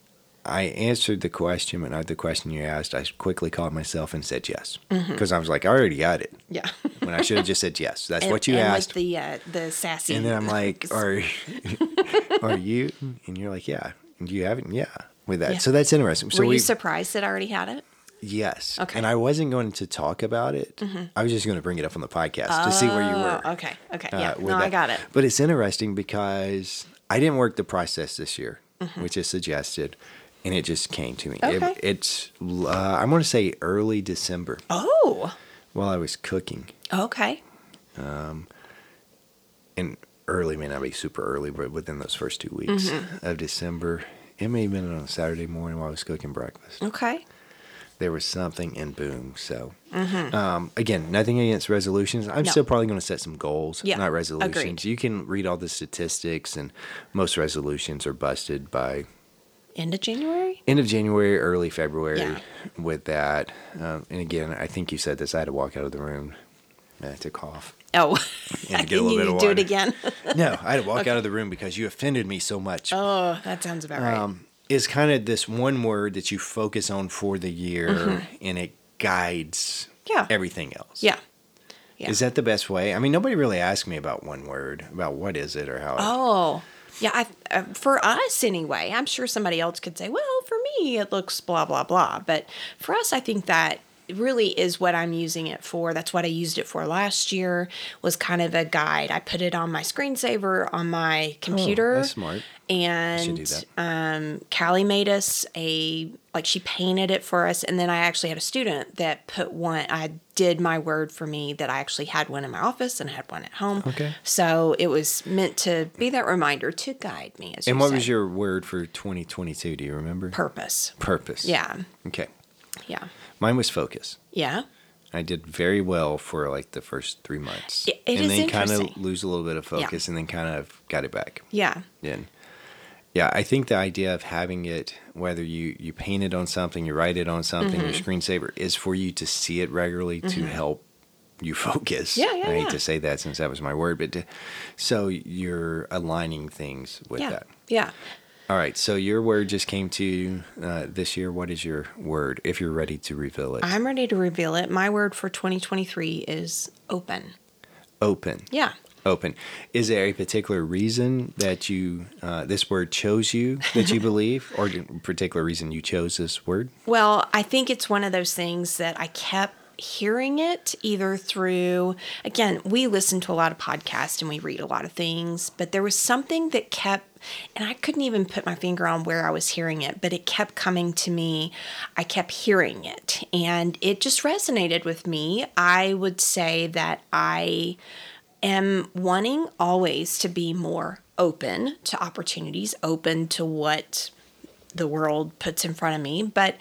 [SPEAKER 1] I answered the question, but not the question you asked. I quickly called myself and said yes
[SPEAKER 3] Mm-hmm.
[SPEAKER 1] because I was like, "I already got it."
[SPEAKER 3] Yeah.
[SPEAKER 1] When I should have just said yes. That's
[SPEAKER 3] And-
[SPEAKER 1] what you
[SPEAKER 3] and with
[SPEAKER 1] asked.
[SPEAKER 3] the uh, the sassy.
[SPEAKER 1] And then I'm like, "Are are you?" And you're like, "Yeah." And you haven't, yeah, with that.
[SPEAKER 3] Yeah.
[SPEAKER 1] So that's interesting. So
[SPEAKER 3] were
[SPEAKER 1] we-
[SPEAKER 3] you surprised that I already had it?
[SPEAKER 1] yes,
[SPEAKER 3] Okay. Mm-hmm.
[SPEAKER 1] and I wasn't going to talk about it. I was just going to bring it up on the podcast to see where you were.
[SPEAKER 3] Oh, okay. Okay.
[SPEAKER 1] uh,
[SPEAKER 3] Yeah.
[SPEAKER 1] with
[SPEAKER 3] no, I
[SPEAKER 1] that.
[SPEAKER 3] got it.
[SPEAKER 1] But it's interesting because I didn't work the process this year, which is suggested, and it just came to me. It-
[SPEAKER 3] Mm-hmm. Okay.
[SPEAKER 1] it's uh, I'm going to say early December
[SPEAKER 3] Oh.
[SPEAKER 1] while I was cooking,
[SPEAKER 3] Okay.
[SPEAKER 1] and early may not be super early, but within those first two weeks
[SPEAKER 3] Mm-hmm.
[SPEAKER 1] of December. It may have been on a Saturday morning while I was cooking breakfast.
[SPEAKER 3] Okay.
[SPEAKER 1] There was something, and boom. So, um, again, nothing against resolutions. I'm
[SPEAKER 3] Mm-hmm. No.
[SPEAKER 1] still probably going to set some goals,
[SPEAKER 3] Yeah,
[SPEAKER 1] not
[SPEAKER 3] agreed.
[SPEAKER 1] resolutions. You can read all the statistics, and most resolutions are busted by
[SPEAKER 3] End of January.
[SPEAKER 1] end of January, early February
[SPEAKER 3] Yeah.
[SPEAKER 1] with that. Um, and again, I think you said this. I had to walk out of the room uh, to cough.
[SPEAKER 3] Oh.
[SPEAKER 1] Yeah,
[SPEAKER 3] I
[SPEAKER 1] get a
[SPEAKER 3] think
[SPEAKER 1] little
[SPEAKER 3] you
[SPEAKER 1] bit of
[SPEAKER 3] need to do it
[SPEAKER 1] water.
[SPEAKER 3] again.
[SPEAKER 1] No, I had to walk out of the room because you offended me so much.
[SPEAKER 3] oh, that sounds about right.
[SPEAKER 1] Um, is kind of this one word that you focus on for the year, and it guides
[SPEAKER 3] Mm-hmm. Yeah.
[SPEAKER 1] everything else.
[SPEAKER 3] yeah. Yeah.
[SPEAKER 1] Is that the best way? I mean, nobody really asked me about one word, about what is it or how. it-
[SPEAKER 3] Oh, yeah. I, uh, for us, anyway, I'm sure somebody else could say, well, for me, it looks blah, blah, blah. But for us, I think that really is what I'm using it for. That's what I used it for last year was kind of a guide. I put it on my screensaver on my computer.
[SPEAKER 1] Oh, that's smart. should
[SPEAKER 3] And
[SPEAKER 1] do that.
[SPEAKER 3] um, Callie made us a like she painted it for us, and then I actually had a student that put one. I did my word for me that I actually had one in my office and I had one at home.
[SPEAKER 1] Okay.
[SPEAKER 3] So it was meant to be that reminder to guide me. As
[SPEAKER 1] and
[SPEAKER 3] you
[SPEAKER 1] what
[SPEAKER 3] say.
[SPEAKER 1] was your word for 2022? Do you remember?
[SPEAKER 3] purpose?
[SPEAKER 1] Purpose.
[SPEAKER 3] Yeah,
[SPEAKER 1] Okay.
[SPEAKER 3] yeah,
[SPEAKER 1] Mine was focus.
[SPEAKER 3] yeah.
[SPEAKER 1] I did very well for like the first three months.
[SPEAKER 3] It- it
[SPEAKER 1] and
[SPEAKER 3] is
[SPEAKER 1] then kind of
[SPEAKER 3] interesting.
[SPEAKER 1] lose a little bit of focus and then kind of got it back.
[SPEAKER 3] Yeah.
[SPEAKER 1] And yeah, I think the idea of having it, whether you, you paint it on something, you write it on something, your
[SPEAKER 3] Mm-hmm.
[SPEAKER 1] screensaver, is for you to see it regularly to help you focus.
[SPEAKER 3] Yeah, yeah,
[SPEAKER 1] I hate
[SPEAKER 3] yeah.
[SPEAKER 1] to say that since that was my word, but to, so you're aligning things with
[SPEAKER 3] Yeah.
[SPEAKER 1] that.
[SPEAKER 3] Yeah.
[SPEAKER 1] All right, so your word just came to uh, this year. What is your word if you're ready to reveal it?
[SPEAKER 3] I'm ready to reveal it. My word for 2023 is open.
[SPEAKER 1] Open.
[SPEAKER 3] Yeah.
[SPEAKER 1] open. Is there a particular reason that you uh, this word chose you that you believe, or a particular reason you chose this word?
[SPEAKER 3] Well, I think it's one of those things that I kept hearing it either through again we listen to a lot of podcasts and we read a lot of things but there was something that kept and I couldn't even put my finger on where I was hearing it but it kept coming to me I kept hearing it and it just resonated with me I would say that I am wanting always to be more open to opportunities open to what the world puts in front of me but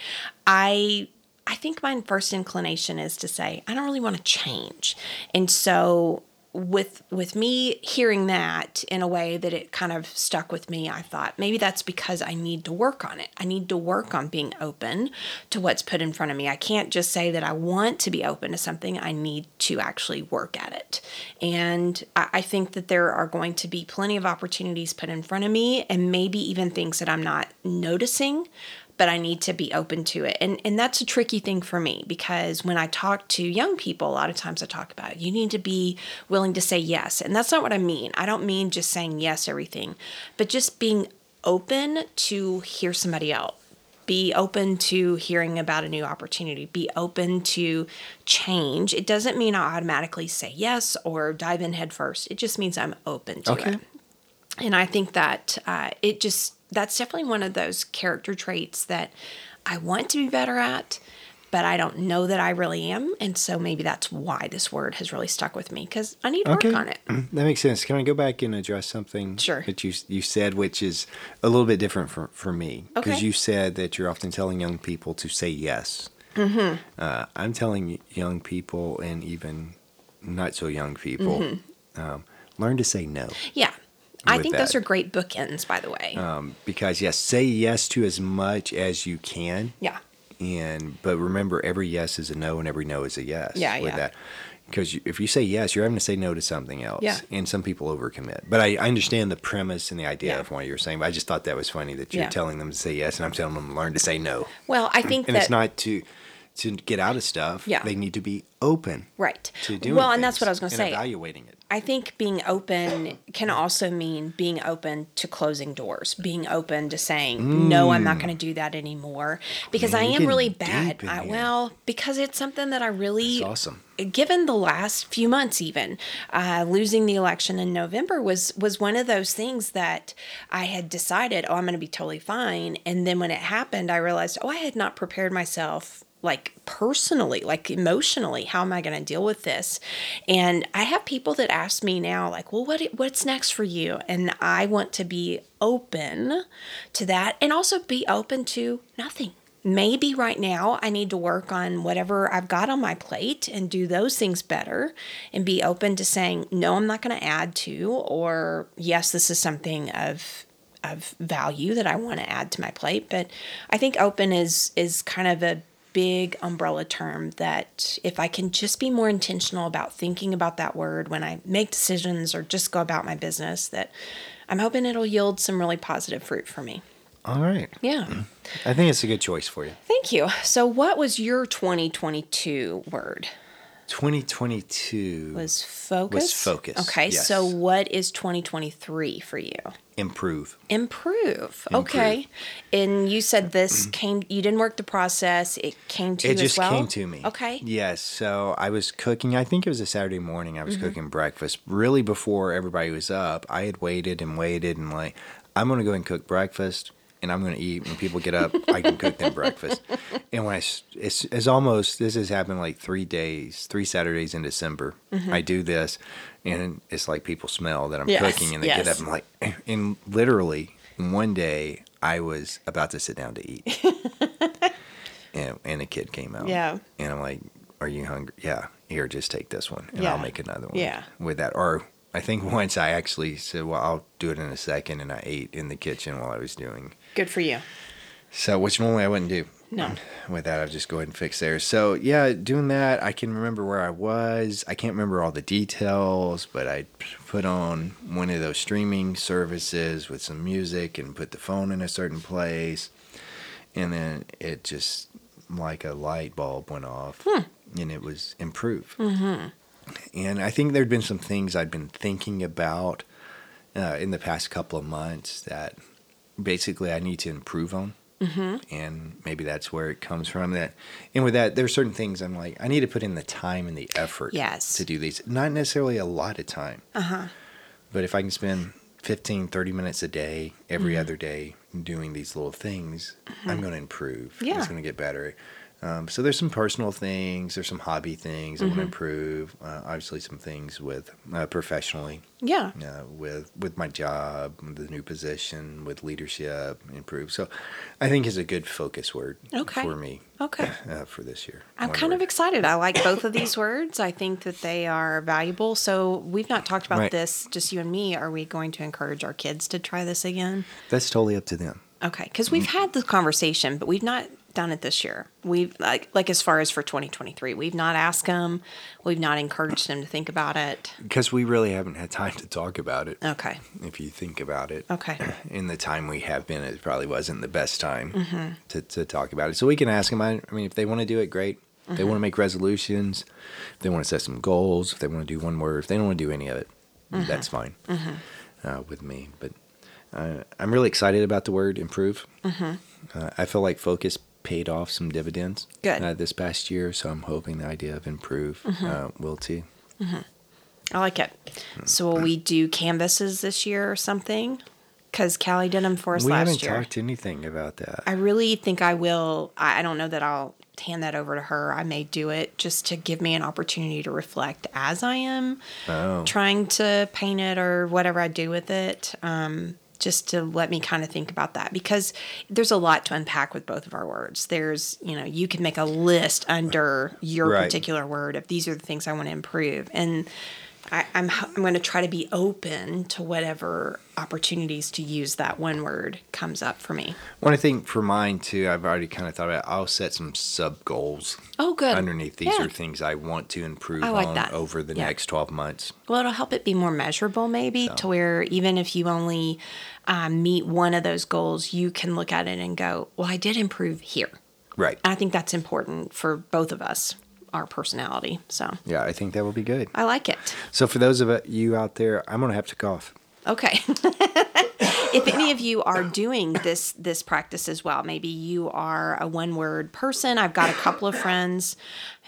[SPEAKER 3] i i think my first inclination is to say i don't really want to change and so with with me hearing that in a way that it kind of stuck with me i thought maybe that's because i need to work on it i need to work on being open to what's put in front of me i can't just say that i want to be open to something i need to actually work at it and i, I think that there are going to be plenty of opportunities put in front of me and maybe even things that i'm not noticing but I need to be open to it. And and that's a tricky thing for me because when I talk to young people, a lot of times I talk about you need to be willing to say yes. And that's not what I mean. I don't mean just saying yes everything, but just being open to hear somebody else. Be open to hearing about a new opportunity. Be open to change. It doesn't mean I automatically say yes or dive in head first. It just means I'm open to
[SPEAKER 1] Okay.
[SPEAKER 3] it. And I think that uh, it just, that's definitely one of those character traits that I want to be better at, but I don't know that I really am. And so maybe that's why this word has really stuck with me because I need to
[SPEAKER 1] Okay.
[SPEAKER 3] work on it.
[SPEAKER 1] That makes sense. Can I go back and address something
[SPEAKER 3] Sure.
[SPEAKER 1] that you you said, which is a little bit different for, for me? Because
[SPEAKER 3] Okay.
[SPEAKER 1] you said that you're often telling young people to say yes.
[SPEAKER 3] Mm-hmm.
[SPEAKER 1] Uh, I'm telling young people and even not so young people,
[SPEAKER 3] Mm-hmm.
[SPEAKER 1] um, learn to say no.
[SPEAKER 3] Yeah. I
[SPEAKER 1] With
[SPEAKER 3] think those
[SPEAKER 1] that.
[SPEAKER 3] are great bookends, by the way.
[SPEAKER 1] Um, because yes, say yes to as much as you can.
[SPEAKER 3] yeah.
[SPEAKER 1] and but remember every yes is a no and every no is a yes
[SPEAKER 3] Yeah, yeah.
[SPEAKER 1] because if you say yes you're having to say no to something else
[SPEAKER 3] Yeah.
[SPEAKER 1] and some people overcommit but I, I understand the premise and the idea
[SPEAKER 3] Yeah.
[SPEAKER 1] of what you were saying but i just thought that was funny that you're
[SPEAKER 3] Yeah.
[SPEAKER 1] telling them to say yes and i'm telling them to learn to say no
[SPEAKER 3] Well, I think
[SPEAKER 1] and
[SPEAKER 3] that.
[SPEAKER 1] it's not to to get out of stuff
[SPEAKER 3] Yeah.
[SPEAKER 1] they need to be open
[SPEAKER 3] right.
[SPEAKER 1] to doing
[SPEAKER 3] Well, and that's what I was
[SPEAKER 1] things
[SPEAKER 3] going to
[SPEAKER 1] and
[SPEAKER 3] say.
[SPEAKER 1] evaluating it
[SPEAKER 3] I think being open can also mean being open to closing doors, being open to saying, no, I'm not going to do that anymore. Because I
[SPEAKER 1] Mm. Man, you're
[SPEAKER 3] am really
[SPEAKER 1] getting deep
[SPEAKER 3] bad.
[SPEAKER 1] in
[SPEAKER 3] I,
[SPEAKER 1] here.
[SPEAKER 3] well, because it's something that I really.
[SPEAKER 1] That's awesome.
[SPEAKER 3] Given the last few months, even uh, losing the election in November was was one of those things that I had decided, oh, I'm going to be totally fine, and then when it happened, I realized, oh, I had not prepared myself like personally, like emotionally, how am I going to deal with this? And I have people that ask me now, like, well, what what's next for you? And I want to be open to that, and also be open to nothing. Maybe right now I need to work on whatever I've got on my plate and do those things better and be open to saying, no, I'm not going to add to, or yes, this is something of of value that I want to add to my plate. But I think open is is kind of a big umbrella term that if I can just be more intentional about thinking about that word when I make decisions or just go about my business, that I'm hoping it'll yield some really positive fruit for me.
[SPEAKER 1] all right
[SPEAKER 3] Yeah.
[SPEAKER 1] i think it's a good choice for you
[SPEAKER 3] Thank you. So what was your 2022 word?
[SPEAKER 1] 2022
[SPEAKER 3] Was focus?
[SPEAKER 1] focus,
[SPEAKER 3] Okay.
[SPEAKER 1] yes.
[SPEAKER 3] So what is 2023 for you?
[SPEAKER 1] improve
[SPEAKER 3] Improve. Okay. And you said this came, you didn't work the process. It came to you
[SPEAKER 1] Mm-hmm. it just
[SPEAKER 3] as well?
[SPEAKER 1] came to me
[SPEAKER 3] Okay.
[SPEAKER 1] yes so i was cooking i think it was a saturday morning i was
[SPEAKER 3] Mm-hmm.
[SPEAKER 1] cooking breakfast really before everybody was up i had waited and waited and like i'm gonna go and cook breakfast and i'm gonna eat when people get up i can cook them breakfast and when i s- it's, it's almost this has happened like three days three saturdays in december i do this and it's like people smell that i'm
[SPEAKER 3] Mm-hmm. Yes,
[SPEAKER 1] cooking and they get
[SPEAKER 3] yes.
[SPEAKER 1] up and like and literally one day i was about to sit down to eat and and a kid came out.
[SPEAKER 3] Yeah.
[SPEAKER 1] And I'm like, "Are you hungry? Yeah. Here, just take this one, and I'll
[SPEAKER 3] Yeah.
[SPEAKER 1] make another one.
[SPEAKER 3] Yeah.
[SPEAKER 1] With that, or I think once I actually said, "Well, I'll do it in a second, and I ate in the kitchen while I was doing.
[SPEAKER 3] Good for you.
[SPEAKER 1] So which normally I wouldn't do.
[SPEAKER 3] No.
[SPEAKER 1] With that, I'll just go ahead and fix there. So yeah, doing that, I can remember where I was. I can't remember all the details, but I p- put on one of those streaming services with some music and put the phone in a certain place, and then it just like a light bulb went off, and it was improved. Mm-hmm. And I think there'd been some things I'd been thinking about uh, in the past couple of months that basically I need to improve on
[SPEAKER 3] Mm-hmm.
[SPEAKER 1] and maybe that's where it comes from that and with that there are certain things i'm like i need to put in the time and the effort
[SPEAKER 3] Yes.
[SPEAKER 1] to do these not necessarily a lot of time uh-huh but if i can spend 15 30 minutes a day
[SPEAKER 3] Mm-hmm.
[SPEAKER 1] every other day doing these little things i'm going to improve
[SPEAKER 3] Yeah.
[SPEAKER 1] it's going to get better Um, so there's some personal things, there's some hobby things I want
[SPEAKER 3] Mm-hmm.
[SPEAKER 1] to improve. Uh, obviously, some things with uh, professionally,
[SPEAKER 3] Yeah.
[SPEAKER 1] uh, with with my job, with the new position, with leadership, improve. So I think is a good focus word
[SPEAKER 3] Okay.
[SPEAKER 1] for me
[SPEAKER 3] Okay.
[SPEAKER 1] uh, for this year.
[SPEAKER 3] I'm
[SPEAKER 1] One
[SPEAKER 3] kind
[SPEAKER 1] word.
[SPEAKER 3] of excited. I like both of these words. I think that they are valuable. So we've not talked about
[SPEAKER 1] Right.
[SPEAKER 3] this, just you and me. Are we going to encourage our kids to try this again?
[SPEAKER 1] That's totally up to them.
[SPEAKER 3] Okay, because we've had the conversation, but we've not done it this year. We've like like as far as for 2023, we've not asked them, we've not encouraged them to think about it.
[SPEAKER 1] Because we really haven't had time to talk about it.
[SPEAKER 3] Okay,
[SPEAKER 1] If you think about it,
[SPEAKER 3] Okay.
[SPEAKER 1] in the time we have been, it probably wasn't the best time
[SPEAKER 3] Mm-hmm.
[SPEAKER 1] to, to talk about it. So we can ask them. I, I mean, if they want to do it, great. If
[SPEAKER 3] Mm-hmm.
[SPEAKER 1] they want to make resolutions, if they want to set some goals, if they want to do one word, if they don't want to do any of it,
[SPEAKER 3] Mm-hmm.
[SPEAKER 1] that's fine uh, with me. But uh, I'm really excited about the word improve.
[SPEAKER 3] Mm-hmm.
[SPEAKER 1] Uh, I feel like focus paid off some dividends
[SPEAKER 3] Good. Mm-hmm.
[SPEAKER 1] Uh, this past year. So I'm hoping the idea of improve uh, will too.
[SPEAKER 3] I like it. So will we do canvases this year or something? Because Callie did them for us
[SPEAKER 1] we
[SPEAKER 3] last
[SPEAKER 1] haven't
[SPEAKER 3] year.
[SPEAKER 1] talked anything about that.
[SPEAKER 3] I really think I will. I, I don't know that I'll hand that over to her. I may do it just to give me an opportunity to reflect as I am
[SPEAKER 1] Oh.
[SPEAKER 3] trying to paint it or whatever I do with it. Um, just to let me kind of think about that because there's a lot to unpack with both of our words. There's, you know, you can make a list under your
[SPEAKER 1] Right.
[SPEAKER 3] particular word of these are the things I want to improve. And I, I'm, h- I'm going to try to be open to whatever opportunities to use that one word comes up for me.
[SPEAKER 1] One thing for mine too, I've already kind of thought about. I'll set some sub goals
[SPEAKER 3] Oh, good.
[SPEAKER 1] underneath. These
[SPEAKER 3] Yeah.
[SPEAKER 1] are things I want to improve
[SPEAKER 3] I like
[SPEAKER 1] on
[SPEAKER 3] that.
[SPEAKER 1] over the
[SPEAKER 3] Yeah.
[SPEAKER 1] next twelve months.
[SPEAKER 3] Well, it'll help it be more measurable, maybe, to where even if you only um, meet one of those goals, you can look at it and go, "Well, I did improve here."
[SPEAKER 1] Right.
[SPEAKER 3] And I think that's important for both of us, our personality. So
[SPEAKER 1] yeah, I think that will be good.
[SPEAKER 3] I like it.
[SPEAKER 1] So for those of you out there, I'm gonna have to cough.
[SPEAKER 3] Okay. if any of you are doing this this practice as well, maybe you are a one word person. I've got a couple of friends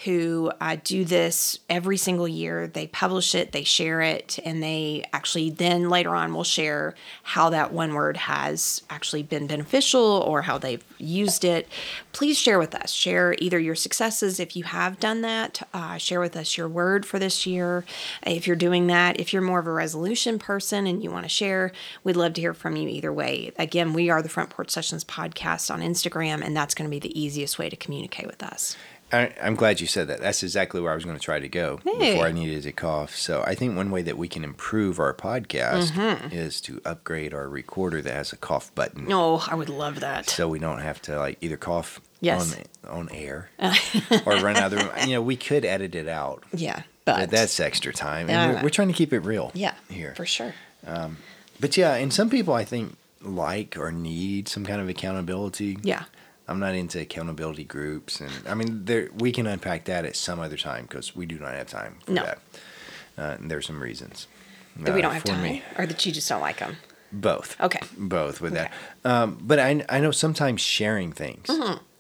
[SPEAKER 3] who uh, do this every single year. They publish it, they share it, and they actually then later on will share how that one word has actually been beneficial or how they've used it. Please share with us. Share either your successes if you have done that. Uh, share with us your word for this year if you're doing that. If you're more of a resolution person and you want to share, we'd love to hear from you either way. Again, we are the Front Porch Sessions podcast on Instagram, and that's going to be the easiest way to communicate with us.
[SPEAKER 1] I, I'm glad you said that. That's exactly where I was going to try to go before I needed to cough. So I think one way that we can improve our podcast
[SPEAKER 3] Mm-hmm.
[SPEAKER 1] is to upgrade our recorder that has a cough button.
[SPEAKER 3] Oh, I would love that.
[SPEAKER 1] so we don't have to like either cough
[SPEAKER 3] Yes.
[SPEAKER 1] on on air or run out of the room. You know, we could edit it out.
[SPEAKER 3] Yeah,
[SPEAKER 1] But
[SPEAKER 3] but
[SPEAKER 1] that's extra time.
[SPEAKER 3] I
[SPEAKER 1] And
[SPEAKER 3] know.
[SPEAKER 1] we're, we're trying to keep it real.
[SPEAKER 3] yeah,
[SPEAKER 1] Here.
[SPEAKER 3] for sure.
[SPEAKER 1] But yeah, and some people I think like or need some kind of accountability.
[SPEAKER 3] Yeah.
[SPEAKER 1] I'm not into accountability groups, and I mean, there we can unpack that at some other time because we do not have time for
[SPEAKER 3] No.
[SPEAKER 1] that. Uh, and there's some reasons
[SPEAKER 3] That we
[SPEAKER 1] uh,
[SPEAKER 3] don't have
[SPEAKER 1] for
[SPEAKER 3] time,
[SPEAKER 1] me.
[SPEAKER 3] or that you just don't like them.
[SPEAKER 1] Both.
[SPEAKER 3] Okay.
[SPEAKER 1] Both with that. Um, but I, I know sometimes sharing things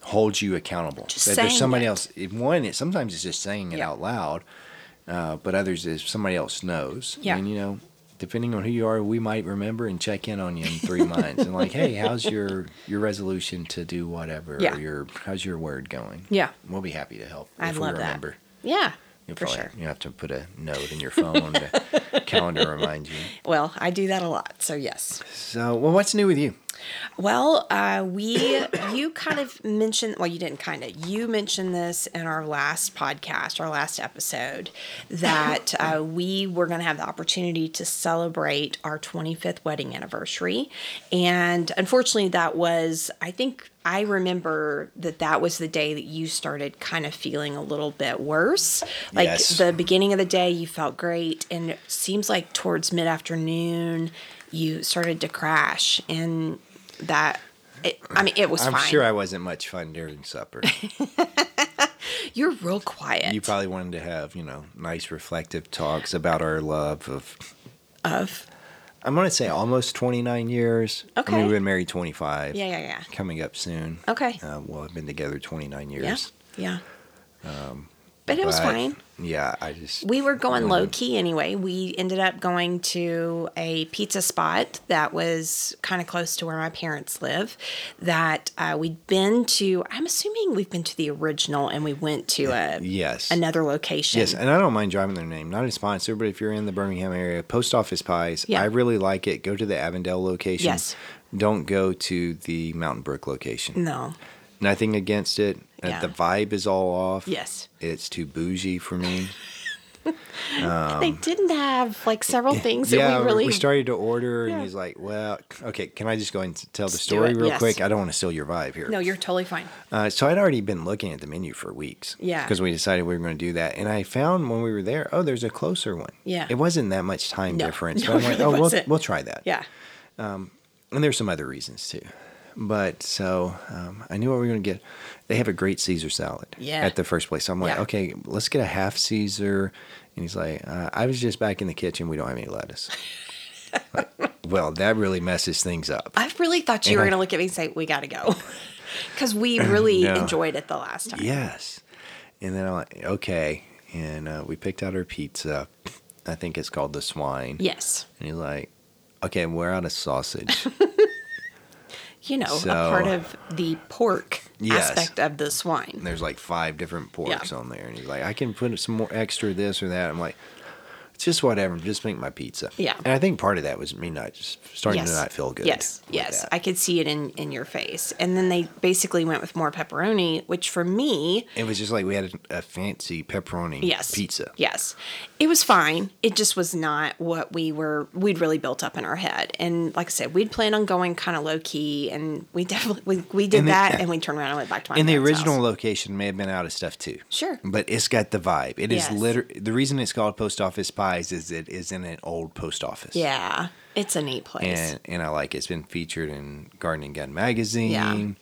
[SPEAKER 1] holds you accountable.
[SPEAKER 3] Mm-hmm. Just
[SPEAKER 1] that there's
[SPEAKER 3] saying
[SPEAKER 1] somebody
[SPEAKER 3] it.
[SPEAKER 1] else. It, one, it, sometimes it's just saying it
[SPEAKER 3] Yeah.
[SPEAKER 1] out loud, uh, but others is somebody else knows.
[SPEAKER 3] Yeah.
[SPEAKER 1] And, you know, depending on who you are, we might remember and check in on you in three months and, like, hey, how's your, your resolution to do whatever?
[SPEAKER 3] Yeah.
[SPEAKER 1] Or your, how's your word going?
[SPEAKER 3] Yeah.
[SPEAKER 1] We'll be happy to help
[SPEAKER 3] I'd
[SPEAKER 1] if
[SPEAKER 3] love
[SPEAKER 1] we
[SPEAKER 3] that.
[SPEAKER 1] remember.
[SPEAKER 3] Yeah,
[SPEAKER 1] You'll
[SPEAKER 3] for
[SPEAKER 1] probably-
[SPEAKER 3] sure.
[SPEAKER 1] You have to put a note in your phone to calendar remind you.
[SPEAKER 3] Well, I do that a lot, so yes.
[SPEAKER 1] So, well, what's new with you?
[SPEAKER 3] Well, uh, we you kind of mentioned well, you didn't kind of you mentioned this in our last podcast, our last episode, that uh, we were going to have the opportunity to celebrate our 25th wedding anniversary, and unfortunately, that was I think I remember that that was the day that you started kind of feeling a little bit worse. Like
[SPEAKER 1] Yes.
[SPEAKER 3] the beginning of the day, you felt great, and it seems like towards mid afternoon. You started to crash, and that it, I mean it was
[SPEAKER 1] I'm
[SPEAKER 3] fine.
[SPEAKER 1] sure I wasn't much fun during supper.
[SPEAKER 3] You're real quiet.
[SPEAKER 1] you probably wanted to have, you know, nice reflective talks about our love of
[SPEAKER 3] of
[SPEAKER 1] I'm going to say almost 29 years. I
[SPEAKER 3] Okay.
[SPEAKER 1] mean, we've been married 25.
[SPEAKER 3] yeah yeah yeah
[SPEAKER 1] Coming up soon.
[SPEAKER 3] Okay.
[SPEAKER 1] Uh, we'll have been together 29
[SPEAKER 3] yeah
[SPEAKER 1] years.
[SPEAKER 3] yeah. but it was
[SPEAKER 1] Um, but-
[SPEAKER 3] fine.
[SPEAKER 1] Yeah, I just
[SPEAKER 3] We were going low key anyway. We ended up going to a pizza spot that was kind of close to where my parents live. That uh, we'd been to. I'm assuming we've been to the original, and we went to a
[SPEAKER 1] yes.
[SPEAKER 3] another location.
[SPEAKER 1] Yes, and I don't mind dropping their name. Not a sponsor, but if you're in the Birmingham area, Post Office Pies,
[SPEAKER 3] Yeah.
[SPEAKER 1] I really like it. Go to the Avondale location.
[SPEAKER 3] Yes.
[SPEAKER 1] Don't go to the Mountain Brook location.
[SPEAKER 3] No.
[SPEAKER 1] Nothing against it. Uh,
[SPEAKER 3] Yeah.
[SPEAKER 1] The vibe is all off.
[SPEAKER 3] Yes.
[SPEAKER 1] It's too bougie for me. Um,
[SPEAKER 3] they didn't have like several things that we really.
[SPEAKER 1] started to order, and
[SPEAKER 3] Yeah.
[SPEAKER 1] he's like, "Well, okay, can I just go and tell the
[SPEAKER 3] do
[SPEAKER 1] story
[SPEAKER 3] it,
[SPEAKER 1] real
[SPEAKER 3] yes.
[SPEAKER 1] quick? I don't want to steal your vibe here."
[SPEAKER 3] no, you're totally fine.
[SPEAKER 1] Uh, so I'd already been looking at the menu for weeks.
[SPEAKER 3] Yeah.
[SPEAKER 1] Because we decided we were going to do that, and I found when we were there, oh, there's a closer one.
[SPEAKER 3] Yeah.
[SPEAKER 1] It wasn't that much time
[SPEAKER 3] No.
[SPEAKER 1] difference. but
[SPEAKER 3] No,
[SPEAKER 1] I'm
[SPEAKER 3] it
[SPEAKER 1] like,
[SPEAKER 3] really
[SPEAKER 1] oh, we'll,
[SPEAKER 3] wasn't.
[SPEAKER 1] we'll try that.
[SPEAKER 3] Yeah.
[SPEAKER 1] And there's some other reasons too. But so um, I knew what we were going to get. They have a great Caesar salad
[SPEAKER 3] Yeah.
[SPEAKER 1] at the first place. So I'm like,
[SPEAKER 3] Yeah.
[SPEAKER 1] okay, let's get a half Caesar. And he's like, uh, I was just back in the kitchen. We don't have any lettuce. Like, well, that really messes things up.
[SPEAKER 3] I really thought you
[SPEAKER 1] And
[SPEAKER 3] were
[SPEAKER 1] I-
[SPEAKER 3] going to look at me and say, we got to go. Because we really
[SPEAKER 1] No.
[SPEAKER 3] enjoyed it the last time.
[SPEAKER 1] Yes. And then I'm like, okay. And uh, we picked out our pizza. I think it's called the swine.
[SPEAKER 3] Yes.
[SPEAKER 1] And he's like, okay, we're out of sausage.
[SPEAKER 3] You know,
[SPEAKER 1] So-
[SPEAKER 3] a part of the pork
[SPEAKER 1] Yes.
[SPEAKER 3] aspect of the swine.
[SPEAKER 1] and there's like five different porks
[SPEAKER 3] Yeah.
[SPEAKER 1] on there. And he's like, I can put some more extra this or that. I'm like, it's just whatever. Just make my pizza.
[SPEAKER 3] Yeah.
[SPEAKER 1] And I think part of that was me not just starting to not feel good.
[SPEAKER 3] Yes,
[SPEAKER 1] with
[SPEAKER 3] yes,
[SPEAKER 1] that.
[SPEAKER 3] I could see it in in your face. And then they basically went with more pepperoni, which for me,
[SPEAKER 1] it was just like we had a, a fancy pepperoni
[SPEAKER 3] yes,
[SPEAKER 1] pizza.
[SPEAKER 3] Yes, it was fine. It just was not what we were we'd really built up in our head. And like I said, we'd planned on going kind of low key, and we definitely we, we did
[SPEAKER 1] And the-
[SPEAKER 3] that, and we turned around and went back to my
[SPEAKER 1] And the
[SPEAKER 3] parents'
[SPEAKER 1] original
[SPEAKER 3] house.
[SPEAKER 1] location may have been out of stuff too.
[SPEAKER 3] Sure.
[SPEAKER 1] But it's got the vibe. It is
[SPEAKER 3] Yes.
[SPEAKER 1] liter the reason it's called post office pies is it is in an old post office.
[SPEAKER 3] Yeah, it's a neat place.
[SPEAKER 1] And and I like it. it's been featured in Garden and Gun magazine.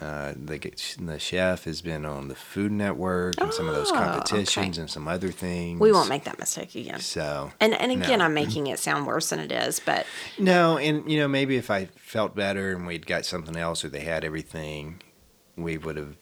[SPEAKER 1] Uh, the g- the chef has been on the Food Network and some of those
[SPEAKER 3] Oh, okay.
[SPEAKER 1] competitions and some other things.
[SPEAKER 3] we won't make that mistake again.
[SPEAKER 1] so.
[SPEAKER 3] And and again,
[SPEAKER 1] no.
[SPEAKER 3] I'm making it sound worse than it is, but
[SPEAKER 1] no, and you know maybe if I felt better and we'd got something else or they had everything, we would have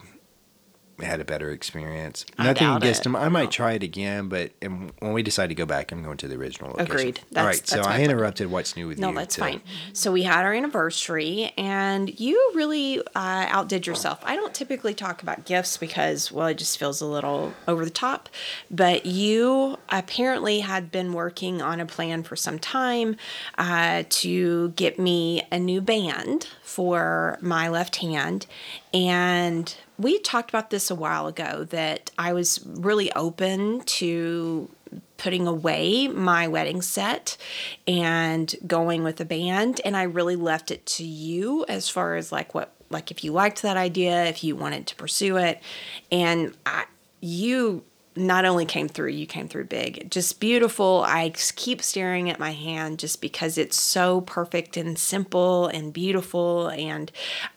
[SPEAKER 1] had a better experience.
[SPEAKER 3] I
[SPEAKER 1] Nothing
[SPEAKER 3] doubt
[SPEAKER 1] against
[SPEAKER 3] it.
[SPEAKER 1] them. I
[SPEAKER 3] No.
[SPEAKER 1] might try it again, but and when we decide to go back, I'm going to the original. Location.
[SPEAKER 3] Agreed.
[SPEAKER 1] All
[SPEAKER 3] That's-
[SPEAKER 1] right, so
[SPEAKER 3] that's my
[SPEAKER 1] I
[SPEAKER 3] plan.
[SPEAKER 1] interrupted. What's new with
[SPEAKER 3] No,
[SPEAKER 1] you?
[SPEAKER 3] that's
[SPEAKER 1] to-
[SPEAKER 3] fine. So we had our anniversary, and you really uh, outdid yourself. I don't typically talk about gifts because, well, it just feels a little over the top. But you apparently had been working on a plan for some time uh, to get me a new band for my left hand, and we talked about this a while ago that I was really open to putting away my wedding set and going with a band and I really left it to you as far as like what like if you liked that idea, if you wanted to pursue it and I you not only came through, you came through big. Just beautiful. I s- keep staring at my hand just because it's so perfect and simple and beautiful and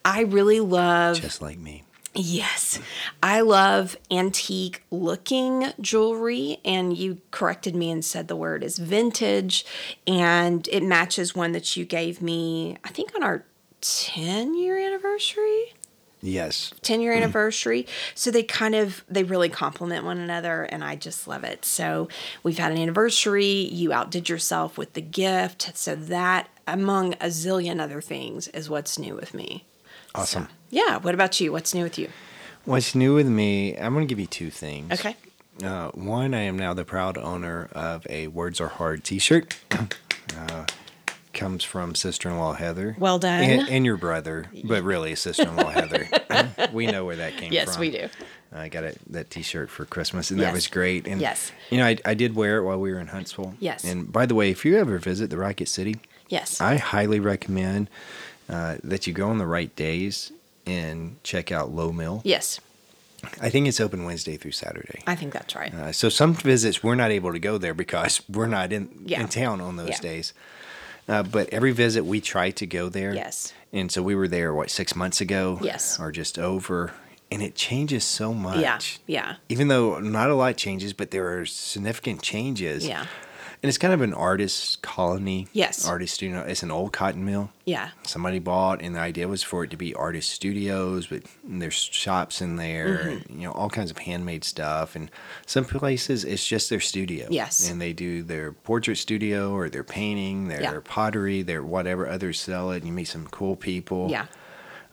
[SPEAKER 3] I really love
[SPEAKER 1] Just like me.
[SPEAKER 3] Yes. I love antique looking jewelry. And you corrected me and said the word is vintage. And it matches one that you gave me, I think, on our 10 year anniversary.
[SPEAKER 1] Yes.
[SPEAKER 3] 10 year anniversary. So they kind of they really complement one another and I just love it. So we've had an anniversary, you outdid yourself with the gift. So that among a zillion other things is what's new with me.
[SPEAKER 1] Awesome.
[SPEAKER 3] Yeah, what about you? What's new with you?
[SPEAKER 1] What's new with me? I'm going to give you two things.
[SPEAKER 3] Okay.
[SPEAKER 1] Uh, one, I am now the proud owner of a Words Are Hard t shirt. uh, comes from sister in law Heather.
[SPEAKER 3] Well done.
[SPEAKER 1] And, and your brother, but really sister in law Heather. we know where that came
[SPEAKER 3] Yes,
[SPEAKER 1] from.
[SPEAKER 3] we do.
[SPEAKER 1] I got it, that t shirt for Christmas, and
[SPEAKER 3] Yes.
[SPEAKER 1] that was great. And,
[SPEAKER 3] Yes.
[SPEAKER 1] you know, I, I did wear it while we were in Huntsville.
[SPEAKER 3] Yes.
[SPEAKER 1] And by the way, if you ever visit the Rocket City,
[SPEAKER 3] Yes.
[SPEAKER 1] I highly recommend uh, that you go on the right days and check out Low Mill.
[SPEAKER 3] Yes,
[SPEAKER 1] I think it's open Wednesday through Saturday.
[SPEAKER 3] I think that's right.
[SPEAKER 1] Uh, so some visits we're not able to go there because we're not in
[SPEAKER 3] Yeah.
[SPEAKER 1] in town on those
[SPEAKER 3] Yeah.
[SPEAKER 1] days. Uh, but every visit we try to go there.
[SPEAKER 3] Yes.
[SPEAKER 1] And so we were there what six months ago.
[SPEAKER 3] Yes.
[SPEAKER 1] Or just over, and it changes so much.
[SPEAKER 3] yeah, yeah,
[SPEAKER 1] Even though not a lot changes, but there are significant changes.
[SPEAKER 3] yeah.
[SPEAKER 1] And it's kind of an artist colony.
[SPEAKER 3] Yes.
[SPEAKER 1] Artist studio. It's an old cotton mill.
[SPEAKER 3] Yeah.
[SPEAKER 1] Somebody bought, and the idea was for it to be artist studios, but there's shops in there,
[SPEAKER 3] Mm-hmm.
[SPEAKER 1] and you know all kinds of handmade stuff. And some places it's just their studio.
[SPEAKER 3] Yes.
[SPEAKER 1] And they do their portrait studio or their painting, their
[SPEAKER 3] Yeah.
[SPEAKER 1] pottery, their whatever. Others sell it, and you meet some cool people.
[SPEAKER 3] Yeah.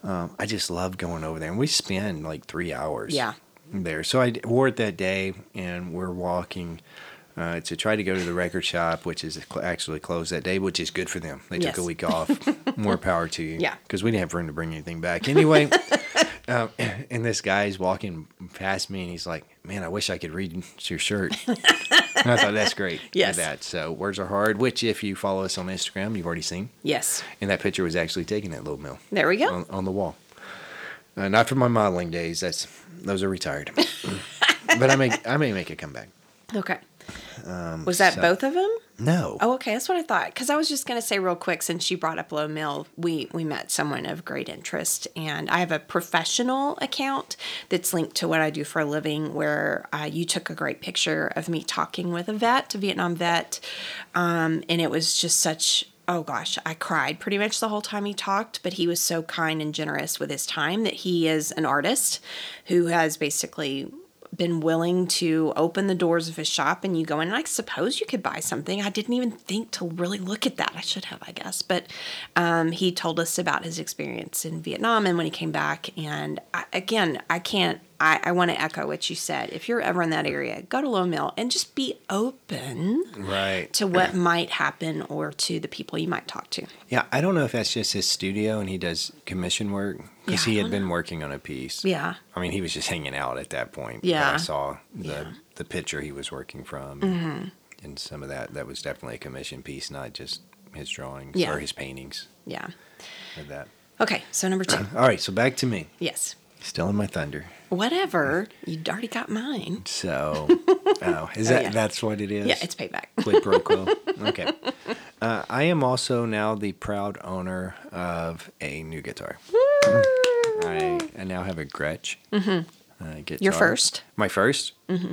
[SPEAKER 1] I just love going over there, and we spend like three hours.
[SPEAKER 3] Yeah.
[SPEAKER 1] There, so I d- wore it that day, and we're walking uh, to try to go to the record shop, which is cl- actually closed that day, which is good for them. They took a
[SPEAKER 3] Yes.
[SPEAKER 1] week off. More power to you.
[SPEAKER 3] Yeah.
[SPEAKER 1] because we didn't have room to bring anything back anyway. um, and this guy's walking past me, and he's like, "Man, I wish I could read your shirt." and I thought that's great. for
[SPEAKER 3] Yes.
[SPEAKER 1] that. So words are hard. Which, if you follow us on Instagram, you've already seen.
[SPEAKER 3] Yes.
[SPEAKER 1] And that picture was actually taken at Low Mill
[SPEAKER 3] There we go.
[SPEAKER 1] on, on the wall. Uh, not from my modeling days. That's those are retired. but I may I may make a comeback.
[SPEAKER 3] Okay. was that
[SPEAKER 1] Um, so-
[SPEAKER 3] both of them?
[SPEAKER 1] No.
[SPEAKER 3] Oh, okay. That's what I thought. Because I was just going to say real quick, since you brought up Low Mill, we we met someone of great interest, and I have a professional account that's linked to what I do for a living, where uh, you took a great picture of me talking with a vet, a Vietnam vet, um, and it was just such. Oh gosh, I cried pretty much the whole time he talked, but he was so kind and generous with his time that he is an artist who has basically been willing to open the doors of his shop and you go in and I suppose you could buy something. I didn't even think to really look at that. I should have, I guess. But um, he told us about his experience in Vietnam and when he came back. And I, again, I can't, I, I want to echo what you said. If you're ever in that area, go to Low Mill and just be open
[SPEAKER 1] Right.
[SPEAKER 3] to what might happen or to the people you might talk to.
[SPEAKER 1] Yeah, I don't know if that's just his studio and he does commission work because
[SPEAKER 3] Yeah,
[SPEAKER 1] he
[SPEAKER 3] I
[SPEAKER 1] had been working on a piece.
[SPEAKER 3] Yeah.
[SPEAKER 1] I mean, he was just hanging out at that point. but I
[SPEAKER 3] Yeah. Mm-hmm.
[SPEAKER 1] saw the the picture he was working from, and some of that that was definitely a commission piece, not just his drawings
[SPEAKER 3] Yeah.
[SPEAKER 1] or his paintings.
[SPEAKER 3] Yeah.
[SPEAKER 1] Of that.
[SPEAKER 3] Okay. So, number two.
[SPEAKER 1] All right, so back to me.
[SPEAKER 3] yes.
[SPEAKER 1] Still in my thunder.
[SPEAKER 3] Whatever. You already got mine.
[SPEAKER 1] So, oh, is that
[SPEAKER 3] yeah.
[SPEAKER 1] that's what it is?
[SPEAKER 3] Yeah. It's payback.
[SPEAKER 1] quid pro quo. Okay. Uh, I am also now the proud owner of a new guitar. I, I now have a Gretsch uh, guitar.
[SPEAKER 3] Mm-hmm. Your first?
[SPEAKER 1] My 1st Mm-hmm.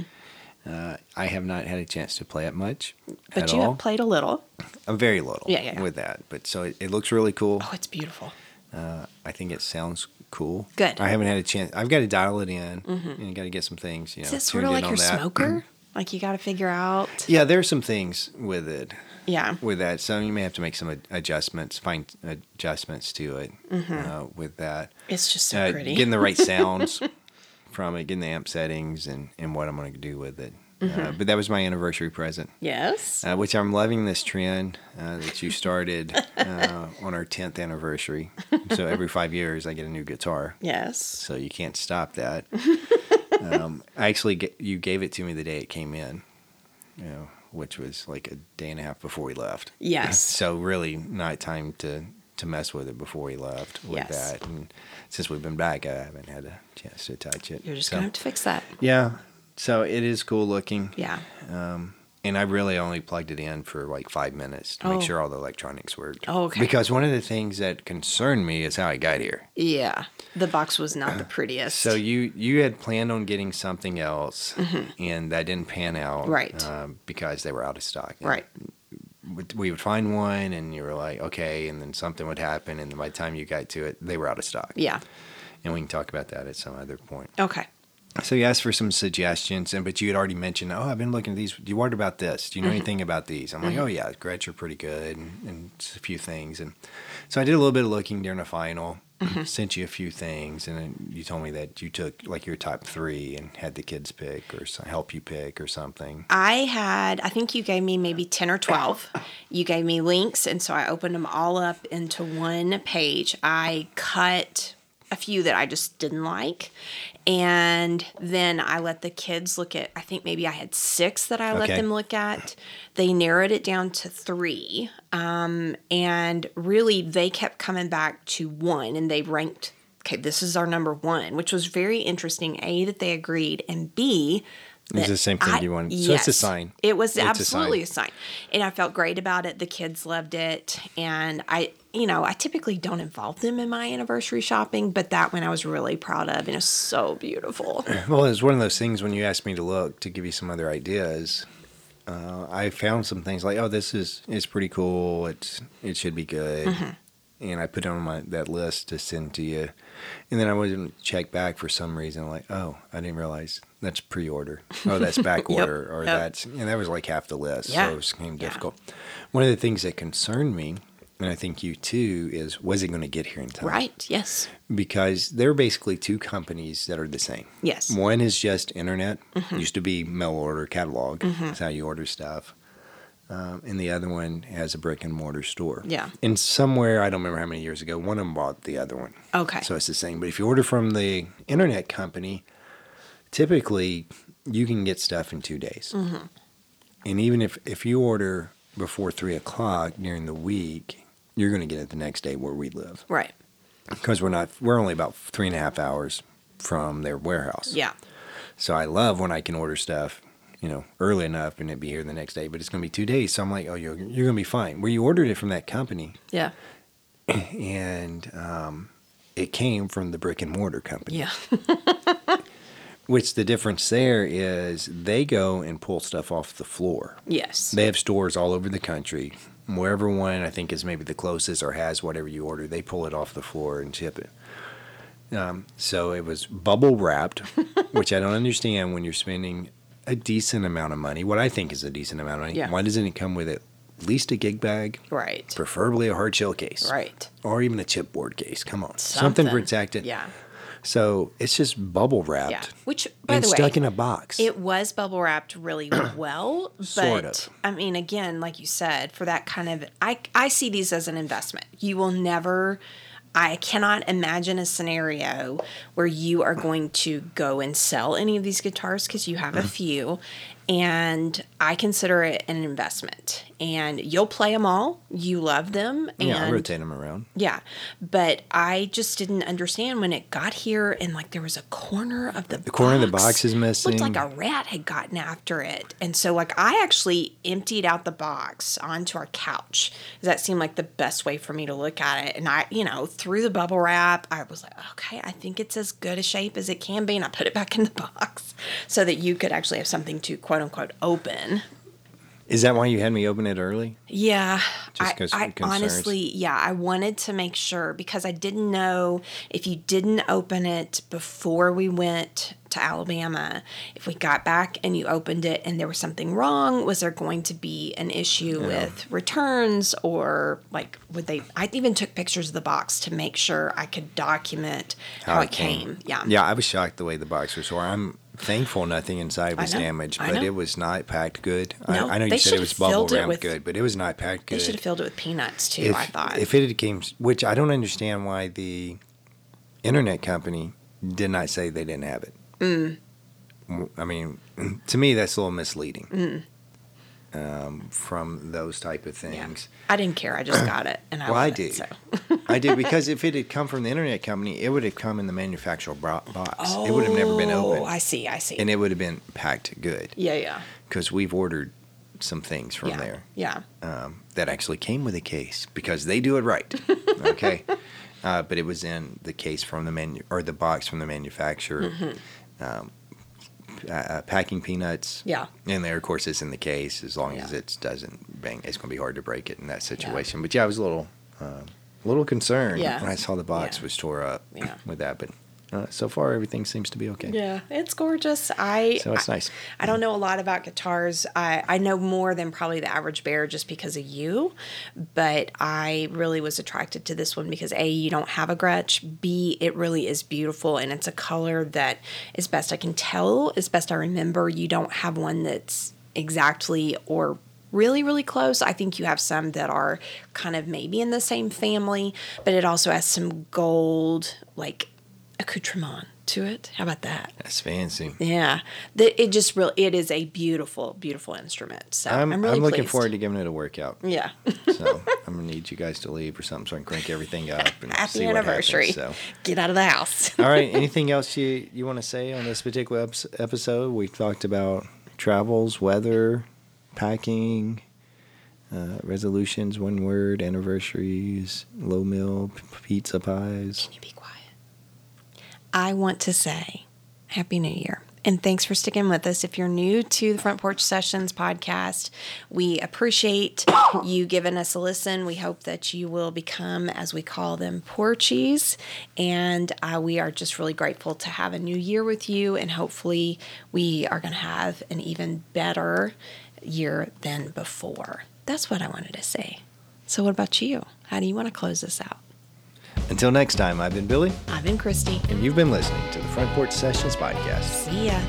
[SPEAKER 1] Uh, I have not had a chance to play it much
[SPEAKER 3] But
[SPEAKER 1] at
[SPEAKER 3] you
[SPEAKER 1] all.
[SPEAKER 3] have played a little.
[SPEAKER 1] I'm very little
[SPEAKER 3] Yeah, yeah, yeah.
[SPEAKER 1] with that, but so it, it looks really cool. Uh,
[SPEAKER 3] Oh, it's beautiful.
[SPEAKER 1] I think it sounds cool.
[SPEAKER 3] Good. Mm-hmm.
[SPEAKER 1] I haven't had a chance. I've got to dial it in and got to get some things. You know,
[SPEAKER 3] Is it sort of
[SPEAKER 1] tuned in
[SPEAKER 3] like
[SPEAKER 1] on
[SPEAKER 3] your
[SPEAKER 1] that. Mm.
[SPEAKER 3] smoker? like you got to figure out.
[SPEAKER 1] Yeah, there's some things with it.
[SPEAKER 3] Yeah.
[SPEAKER 1] with that. So you may have to make some ad- adjustments, find adjustments to it uh, with that.
[SPEAKER 3] It's just Mm-hmm. so
[SPEAKER 1] Uh,
[SPEAKER 3] pretty.
[SPEAKER 1] Getting the right sounds from it, getting the amp settings, and, and what I'm going to do with it. Uh,
[SPEAKER 3] Mm-hmm.
[SPEAKER 1] but that was my anniversary present,
[SPEAKER 3] yes.
[SPEAKER 1] uh, which I'm loving this trend uh, that you started uh, on our 10th anniversary. So every five years, I get a new guitar.
[SPEAKER 3] yes.
[SPEAKER 1] So you can't stop that. um, I actually, g you gave it to me the day it came in, you know, which was like a day and a half before we left.
[SPEAKER 3] Yes.
[SPEAKER 1] So really, not time to to mess with it before we left with
[SPEAKER 3] Yes.
[SPEAKER 1] that. And since we've been back, I haven't had a chance to touch it.
[SPEAKER 3] You're just
[SPEAKER 1] So-
[SPEAKER 3] going to have to fix that.
[SPEAKER 1] yeah. So it is cool looking. Um,
[SPEAKER 3] Yeah.
[SPEAKER 1] And I really only plugged it in for like five minutes to
[SPEAKER 3] Oh.
[SPEAKER 1] make sure all the electronics worked.
[SPEAKER 3] Oh, okay.
[SPEAKER 1] Because one of the things that concerned me is how I got here.
[SPEAKER 3] Yeah. The box was not the prettiest.
[SPEAKER 1] Uh, So you you had planned on getting something else, and that didn't pan out,
[SPEAKER 3] Mm-hmm. Right.
[SPEAKER 1] um, because they were out of stock. And
[SPEAKER 3] right.
[SPEAKER 1] would- We would find one, and you were like, okay, and then something would happen, and by the time you got to it, they were out of stock.
[SPEAKER 3] Yeah.
[SPEAKER 1] and we can talk about that at some other point.
[SPEAKER 3] Okay.
[SPEAKER 1] So you asked for some suggestions, and but you had already mentioned, oh, I've been looking at these. Do you worried about this? Do you know
[SPEAKER 3] Mm-hmm.
[SPEAKER 1] anything about these? I'm like, oh yeah, Gretsch are pretty good, and, and just a few things. And so I did a little bit of looking during the final.
[SPEAKER 3] Mm-hmm.
[SPEAKER 1] Sent you a few things, and then you told me that you took like your top three and had the kids pick or so, help you pick or something.
[SPEAKER 3] I had, I think you gave me maybe 10 or 12. You gave me links. And so I opened them all up into one page. I cut a few that I just didn't like. And then I let the kids look at, I think maybe I had six that I let
[SPEAKER 1] Okay.
[SPEAKER 3] them look at. They narrowed it down to three. Um, and really, they kept coming back to one and they ranked. Okay, this is our number one, which was very interesting. A, that they agreed, and B,
[SPEAKER 1] It's the same thing
[SPEAKER 3] I-
[SPEAKER 1] you wanted. So it's a
[SPEAKER 3] yes.
[SPEAKER 1] sign.
[SPEAKER 3] It was
[SPEAKER 1] It's a sign.
[SPEAKER 3] absolutely a sign. And I felt great about it. The kids loved it. And I, you know, I typically don't involve them in my anniversary shopping, but that one I was really proud of and it's so beautiful.
[SPEAKER 1] Well, it was one of those things when you asked me to look to give you some other ideas. Uh, I found some things like, oh, this is is pretty cool. It's it should be good,
[SPEAKER 3] Mm-hmm.
[SPEAKER 1] and I put it on my that list to send to you. And then I wasn't check back for some reason. Like, oh, I didn't realize that's pre-order. Oh, that's back order, or
[SPEAKER 3] yep.
[SPEAKER 1] that's and that was like half the list.
[SPEAKER 3] Yeah.
[SPEAKER 1] So it was kind of
[SPEAKER 3] Yeah.
[SPEAKER 1] difficult. One of the things that concerned me, and I think you too, is was it going to get here in time?
[SPEAKER 3] Right. Yes.
[SPEAKER 1] because they're basically two companies that are the same.
[SPEAKER 3] Yes. Mm-hmm.
[SPEAKER 1] One is just internet, used to be mail order catalog. That's how you order stuff. Um, and the other one has a brick and mortar store.
[SPEAKER 3] Yeah.
[SPEAKER 1] And somewhere, I don't remember how many years ago, one of them bought the other one.
[SPEAKER 3] Okay.
[SPEAKER 1] So it's the same. But if you order from the internet company, typically you can get stuff in two days.
[SPEAKER 3] Mm-hmm.
[SPEAKER 1] And even if, if you order before three o'clock during the week, you're going to get it the next day where we live
[SPEAKER 3] Right.
[SPEAKER 1] because we're not we're only about three and a half hours from their warehouse
[SPEAKER 3] Yeah.
[SPEAKER 1] so i love when i can order stuff you know early enough and it be here the next day but it's going to be two days so i'm like oh you're, you're going to be fine well you ordered it from that company
[SPEAKER 3] Yeah.
[SPEAKER 1] and um, it came from the brick and mortar company
[SPEAKER 3] Yeah.
[SPEAKER 1] which the difference there is they go and pull stuff off the floor
[SPEAKER 3] yes.
[SPEAKER 1] they have stores all over the country wherever one i think is maybe the closest or has whatever you order they pull it off the floor and ship it um, so it was bubble wrapped which i don't understand when you're spending a decent amount of money what i think is a decent amount of money
[SPEAKER 3] Yeah.
[SPEAKER 1] why doesn't it come with at least a gig bag
[SPEAKER 3] right.
[SPEAKER 1] preferably a hard shell case
[SPEAKER 3] Right.
[SPEAKER 1] or even a chipboard case come on something, protected
[SPEAKER 3] Yeah.
[SPEAKER 1] so it's just bubble wrapped
[SPEAKER 3] Yeah. Which, by
[SPEAKER 1] and
[SPEAKER 3] the way,
[SPEAKER 1] stuck in a box
[SPEAKER 3] It was bubble wrapped really well, but
[SPEAKER 1] Sort of.
[SPEAKER 3] I mean, again, like you said, for that kind of, I I see these as an investment. You will never, I cannot imagine a scenario where you are going to go and sell any of these guitars because you
[SPEAKER 1] Mm-hmm.
[SPEAKER 3] have a few, and I consider it an investment. And you'll play them all. You love them. And
[SPEAKER 1] yeah i rotate them around
[SPEAKER 3] yeah. But I just didn't understand when it got here and like there was a corner of the The
[SPEAKER 1] corner of the box is
[SPEAKER 3] Looked like
[SPEAKER 1] missing.
[SPEAKER 3] a rat had gotten after it. And so like I actually emptied out the box onto our couch. 'cause That seemed like the best way for me to look at it. And I, you know, through the bubble wrap, I was like, okay, I think it's as good a shape as it can be. And I put it back in the box so that you could actually have something to quote unquote open.
[SPEAKER 1] is that why you had me open it early
[SPEAKER 3] Yeah.
[SPEAKER 1] Just
[SPEAKER 3] I-
[SPEAKER 1] 'cause
[SPEAKER 3] I,
[SPEAKER 1] of concerns.
[SPEAKER 3] honestly, yeah, I wanted to make sure because I didn't know if you didn't open it before we went to Alabama, if we got back and you opened it and there was something wrong, was there going to be an issue with returns or like would they? I even took pictures of the box to make sure I could document how, it came. Yeah.
[SPEAKER 1] Yeah, I was shocked the way the box was. So I'm thankful nothing inside was
[SPEAKER 3] know,
[SPEAKER 1] damaged,
[SPEAKER 3] I
[SPEAKER 1] but
[SPEAKER 3] know.
[SPEAKER 1] it was not packed good.
[SPEAKER 3] No,
[SPEAKER 1] I, I know
[SPEAKER 3] they
[SPEAKER 1] you said
[SPEAKER 3] should've
[SPEAKER 1] it was bubble
[SPEAKER 3] filled it
[SPEAKER 1] wrapped
[SPEAKER 3] with-
[SPEAKER 1] good, but it was not packed good.
[SPEAKER 3] They should have filled it with peanuts too,
[SPEAKER 1] if,
[SPEAKER 3] I thought.
[SPEAKER 1] if it had came, which I don't understand why the internet company did not say they didn't have it. Mm. I mean, to me, that's a little misleading
[SPEAKER 3] Mm.
[SPEAKER 1] um, from those type of
[SPEAKER 3] yeah.
[SPEAKER 1] things.
[SPEAKER 3] I didn't care. I just got it and I
[SPEAKER 1] Well, I
[SPEAKER 3] love it,
[SPEAKER 1] do.
[SPEAKER 3] so.
[SPEAKER 1] I do because if it had come from the internet company, it would have come in the manufacturer bro- box. it would have never been opened.
[SPEAKER 3] Oh, I see. I see.
[SPEAKER 1] and it would have been packed good
[SPEAKER 3] yeah, yeah.
[SPEAKER 1] because we've ordered some things from
[SPEAKER 3] yeah.
[SPEAKER 1] there
[SPEAKER 3] Yeah.
[SPEAKER 1] um, that actually came with a case because they do it right. Okay. uh, but it was in the case from the menu or the box from the manufacturer. Um, p- uh, uh, packing peanuts.
[SPEAKER 3] Mm-hmm. Yeah.
[SPEAKER 1] And there, of course, it's in the case as long as
[SPEAKER 3] Yeah.
[SPEAKER 1] it doesn't bang. It's going to be hard to break it in that situation. But yeah, I was a little, um, a little concerned
[SPEAKER 3] Yeah.
[SPEAKER 1] when I saw the box
[SPEAKER 3] Yeah.
[SPEAKER 1] was tore up
[SPEAKER 3] Yeah.
[SPEAKER 1] with that. But uh, so far, everything seems to be okay.
[SPEAKER 3] Yeah, it's gorgeous. I
[SPEAKER 1] So it's
[SPEAKER 3] I-
[SPEAKER 1] nice.
[SPEAKER 3] I don't know a lot about guitars. I, I know more than probably the average bear just because of you, but I really was attracted to this one because A, you don't have a Gretsch. B, it really is beautiful and it's a color that, as best I can tell, as best I remember, you don't have one that's exactly or really, really close. I think you have some that are kind of maybe in the same family, but it also has some gold, like accoutrement to it. How about that?
[SPEAKER 1] That's fancy.
[SPEAKER 3] Yeah, that it just really it is a beautiful, beautiful instrument. So I'm,
[SPEAKER 1] I'm, I'm,
[SPEAKER 3] really
[SPEAKER 1] looking
[SPEAKER 3] pleased.
[SPEAKER 1] forward to giving it a workout.
[SPEAKER 3] Yeah,
[SPEAKER 1] So I'm gonna need you guys to leave or something so I can crank everything up and
[SPEAKER 3] happy
[SPEAKER 1] see
[SPEAKER 3] anniversary!
[SPEAKER 1] what happens.
[SPEAKER 3] Get out of the house.
[SPEAKER 1] So, all right. Anything else you you want to say on this particular eps- episode? We talked about travels, weather, packing, uh, resolutions, one word, anniversaries, low mill, p- pizza pies.
[SPEAKER 3] Can you be quiet? I want to say Happy New Year And thanks for sticking with us. If you're new to the Front Porch Sessions podcast, we appreciate you giving us a listen. We hope that you will become, as we call them, Porchies. And uh, we are just really grateful to have a new year with you. And hopefully, we are going to have an even better year than before. That's what I wanted to say. So, what about you? How do you want to close this out?
[SPEAKER 1] Until next time, I've been Billy,
[SPEAKER 3] I've been Christy.
[SPEAKER 1] and you've been listening to the Front Porch Sessions Podcast.
[SPEAKER 3] See ya.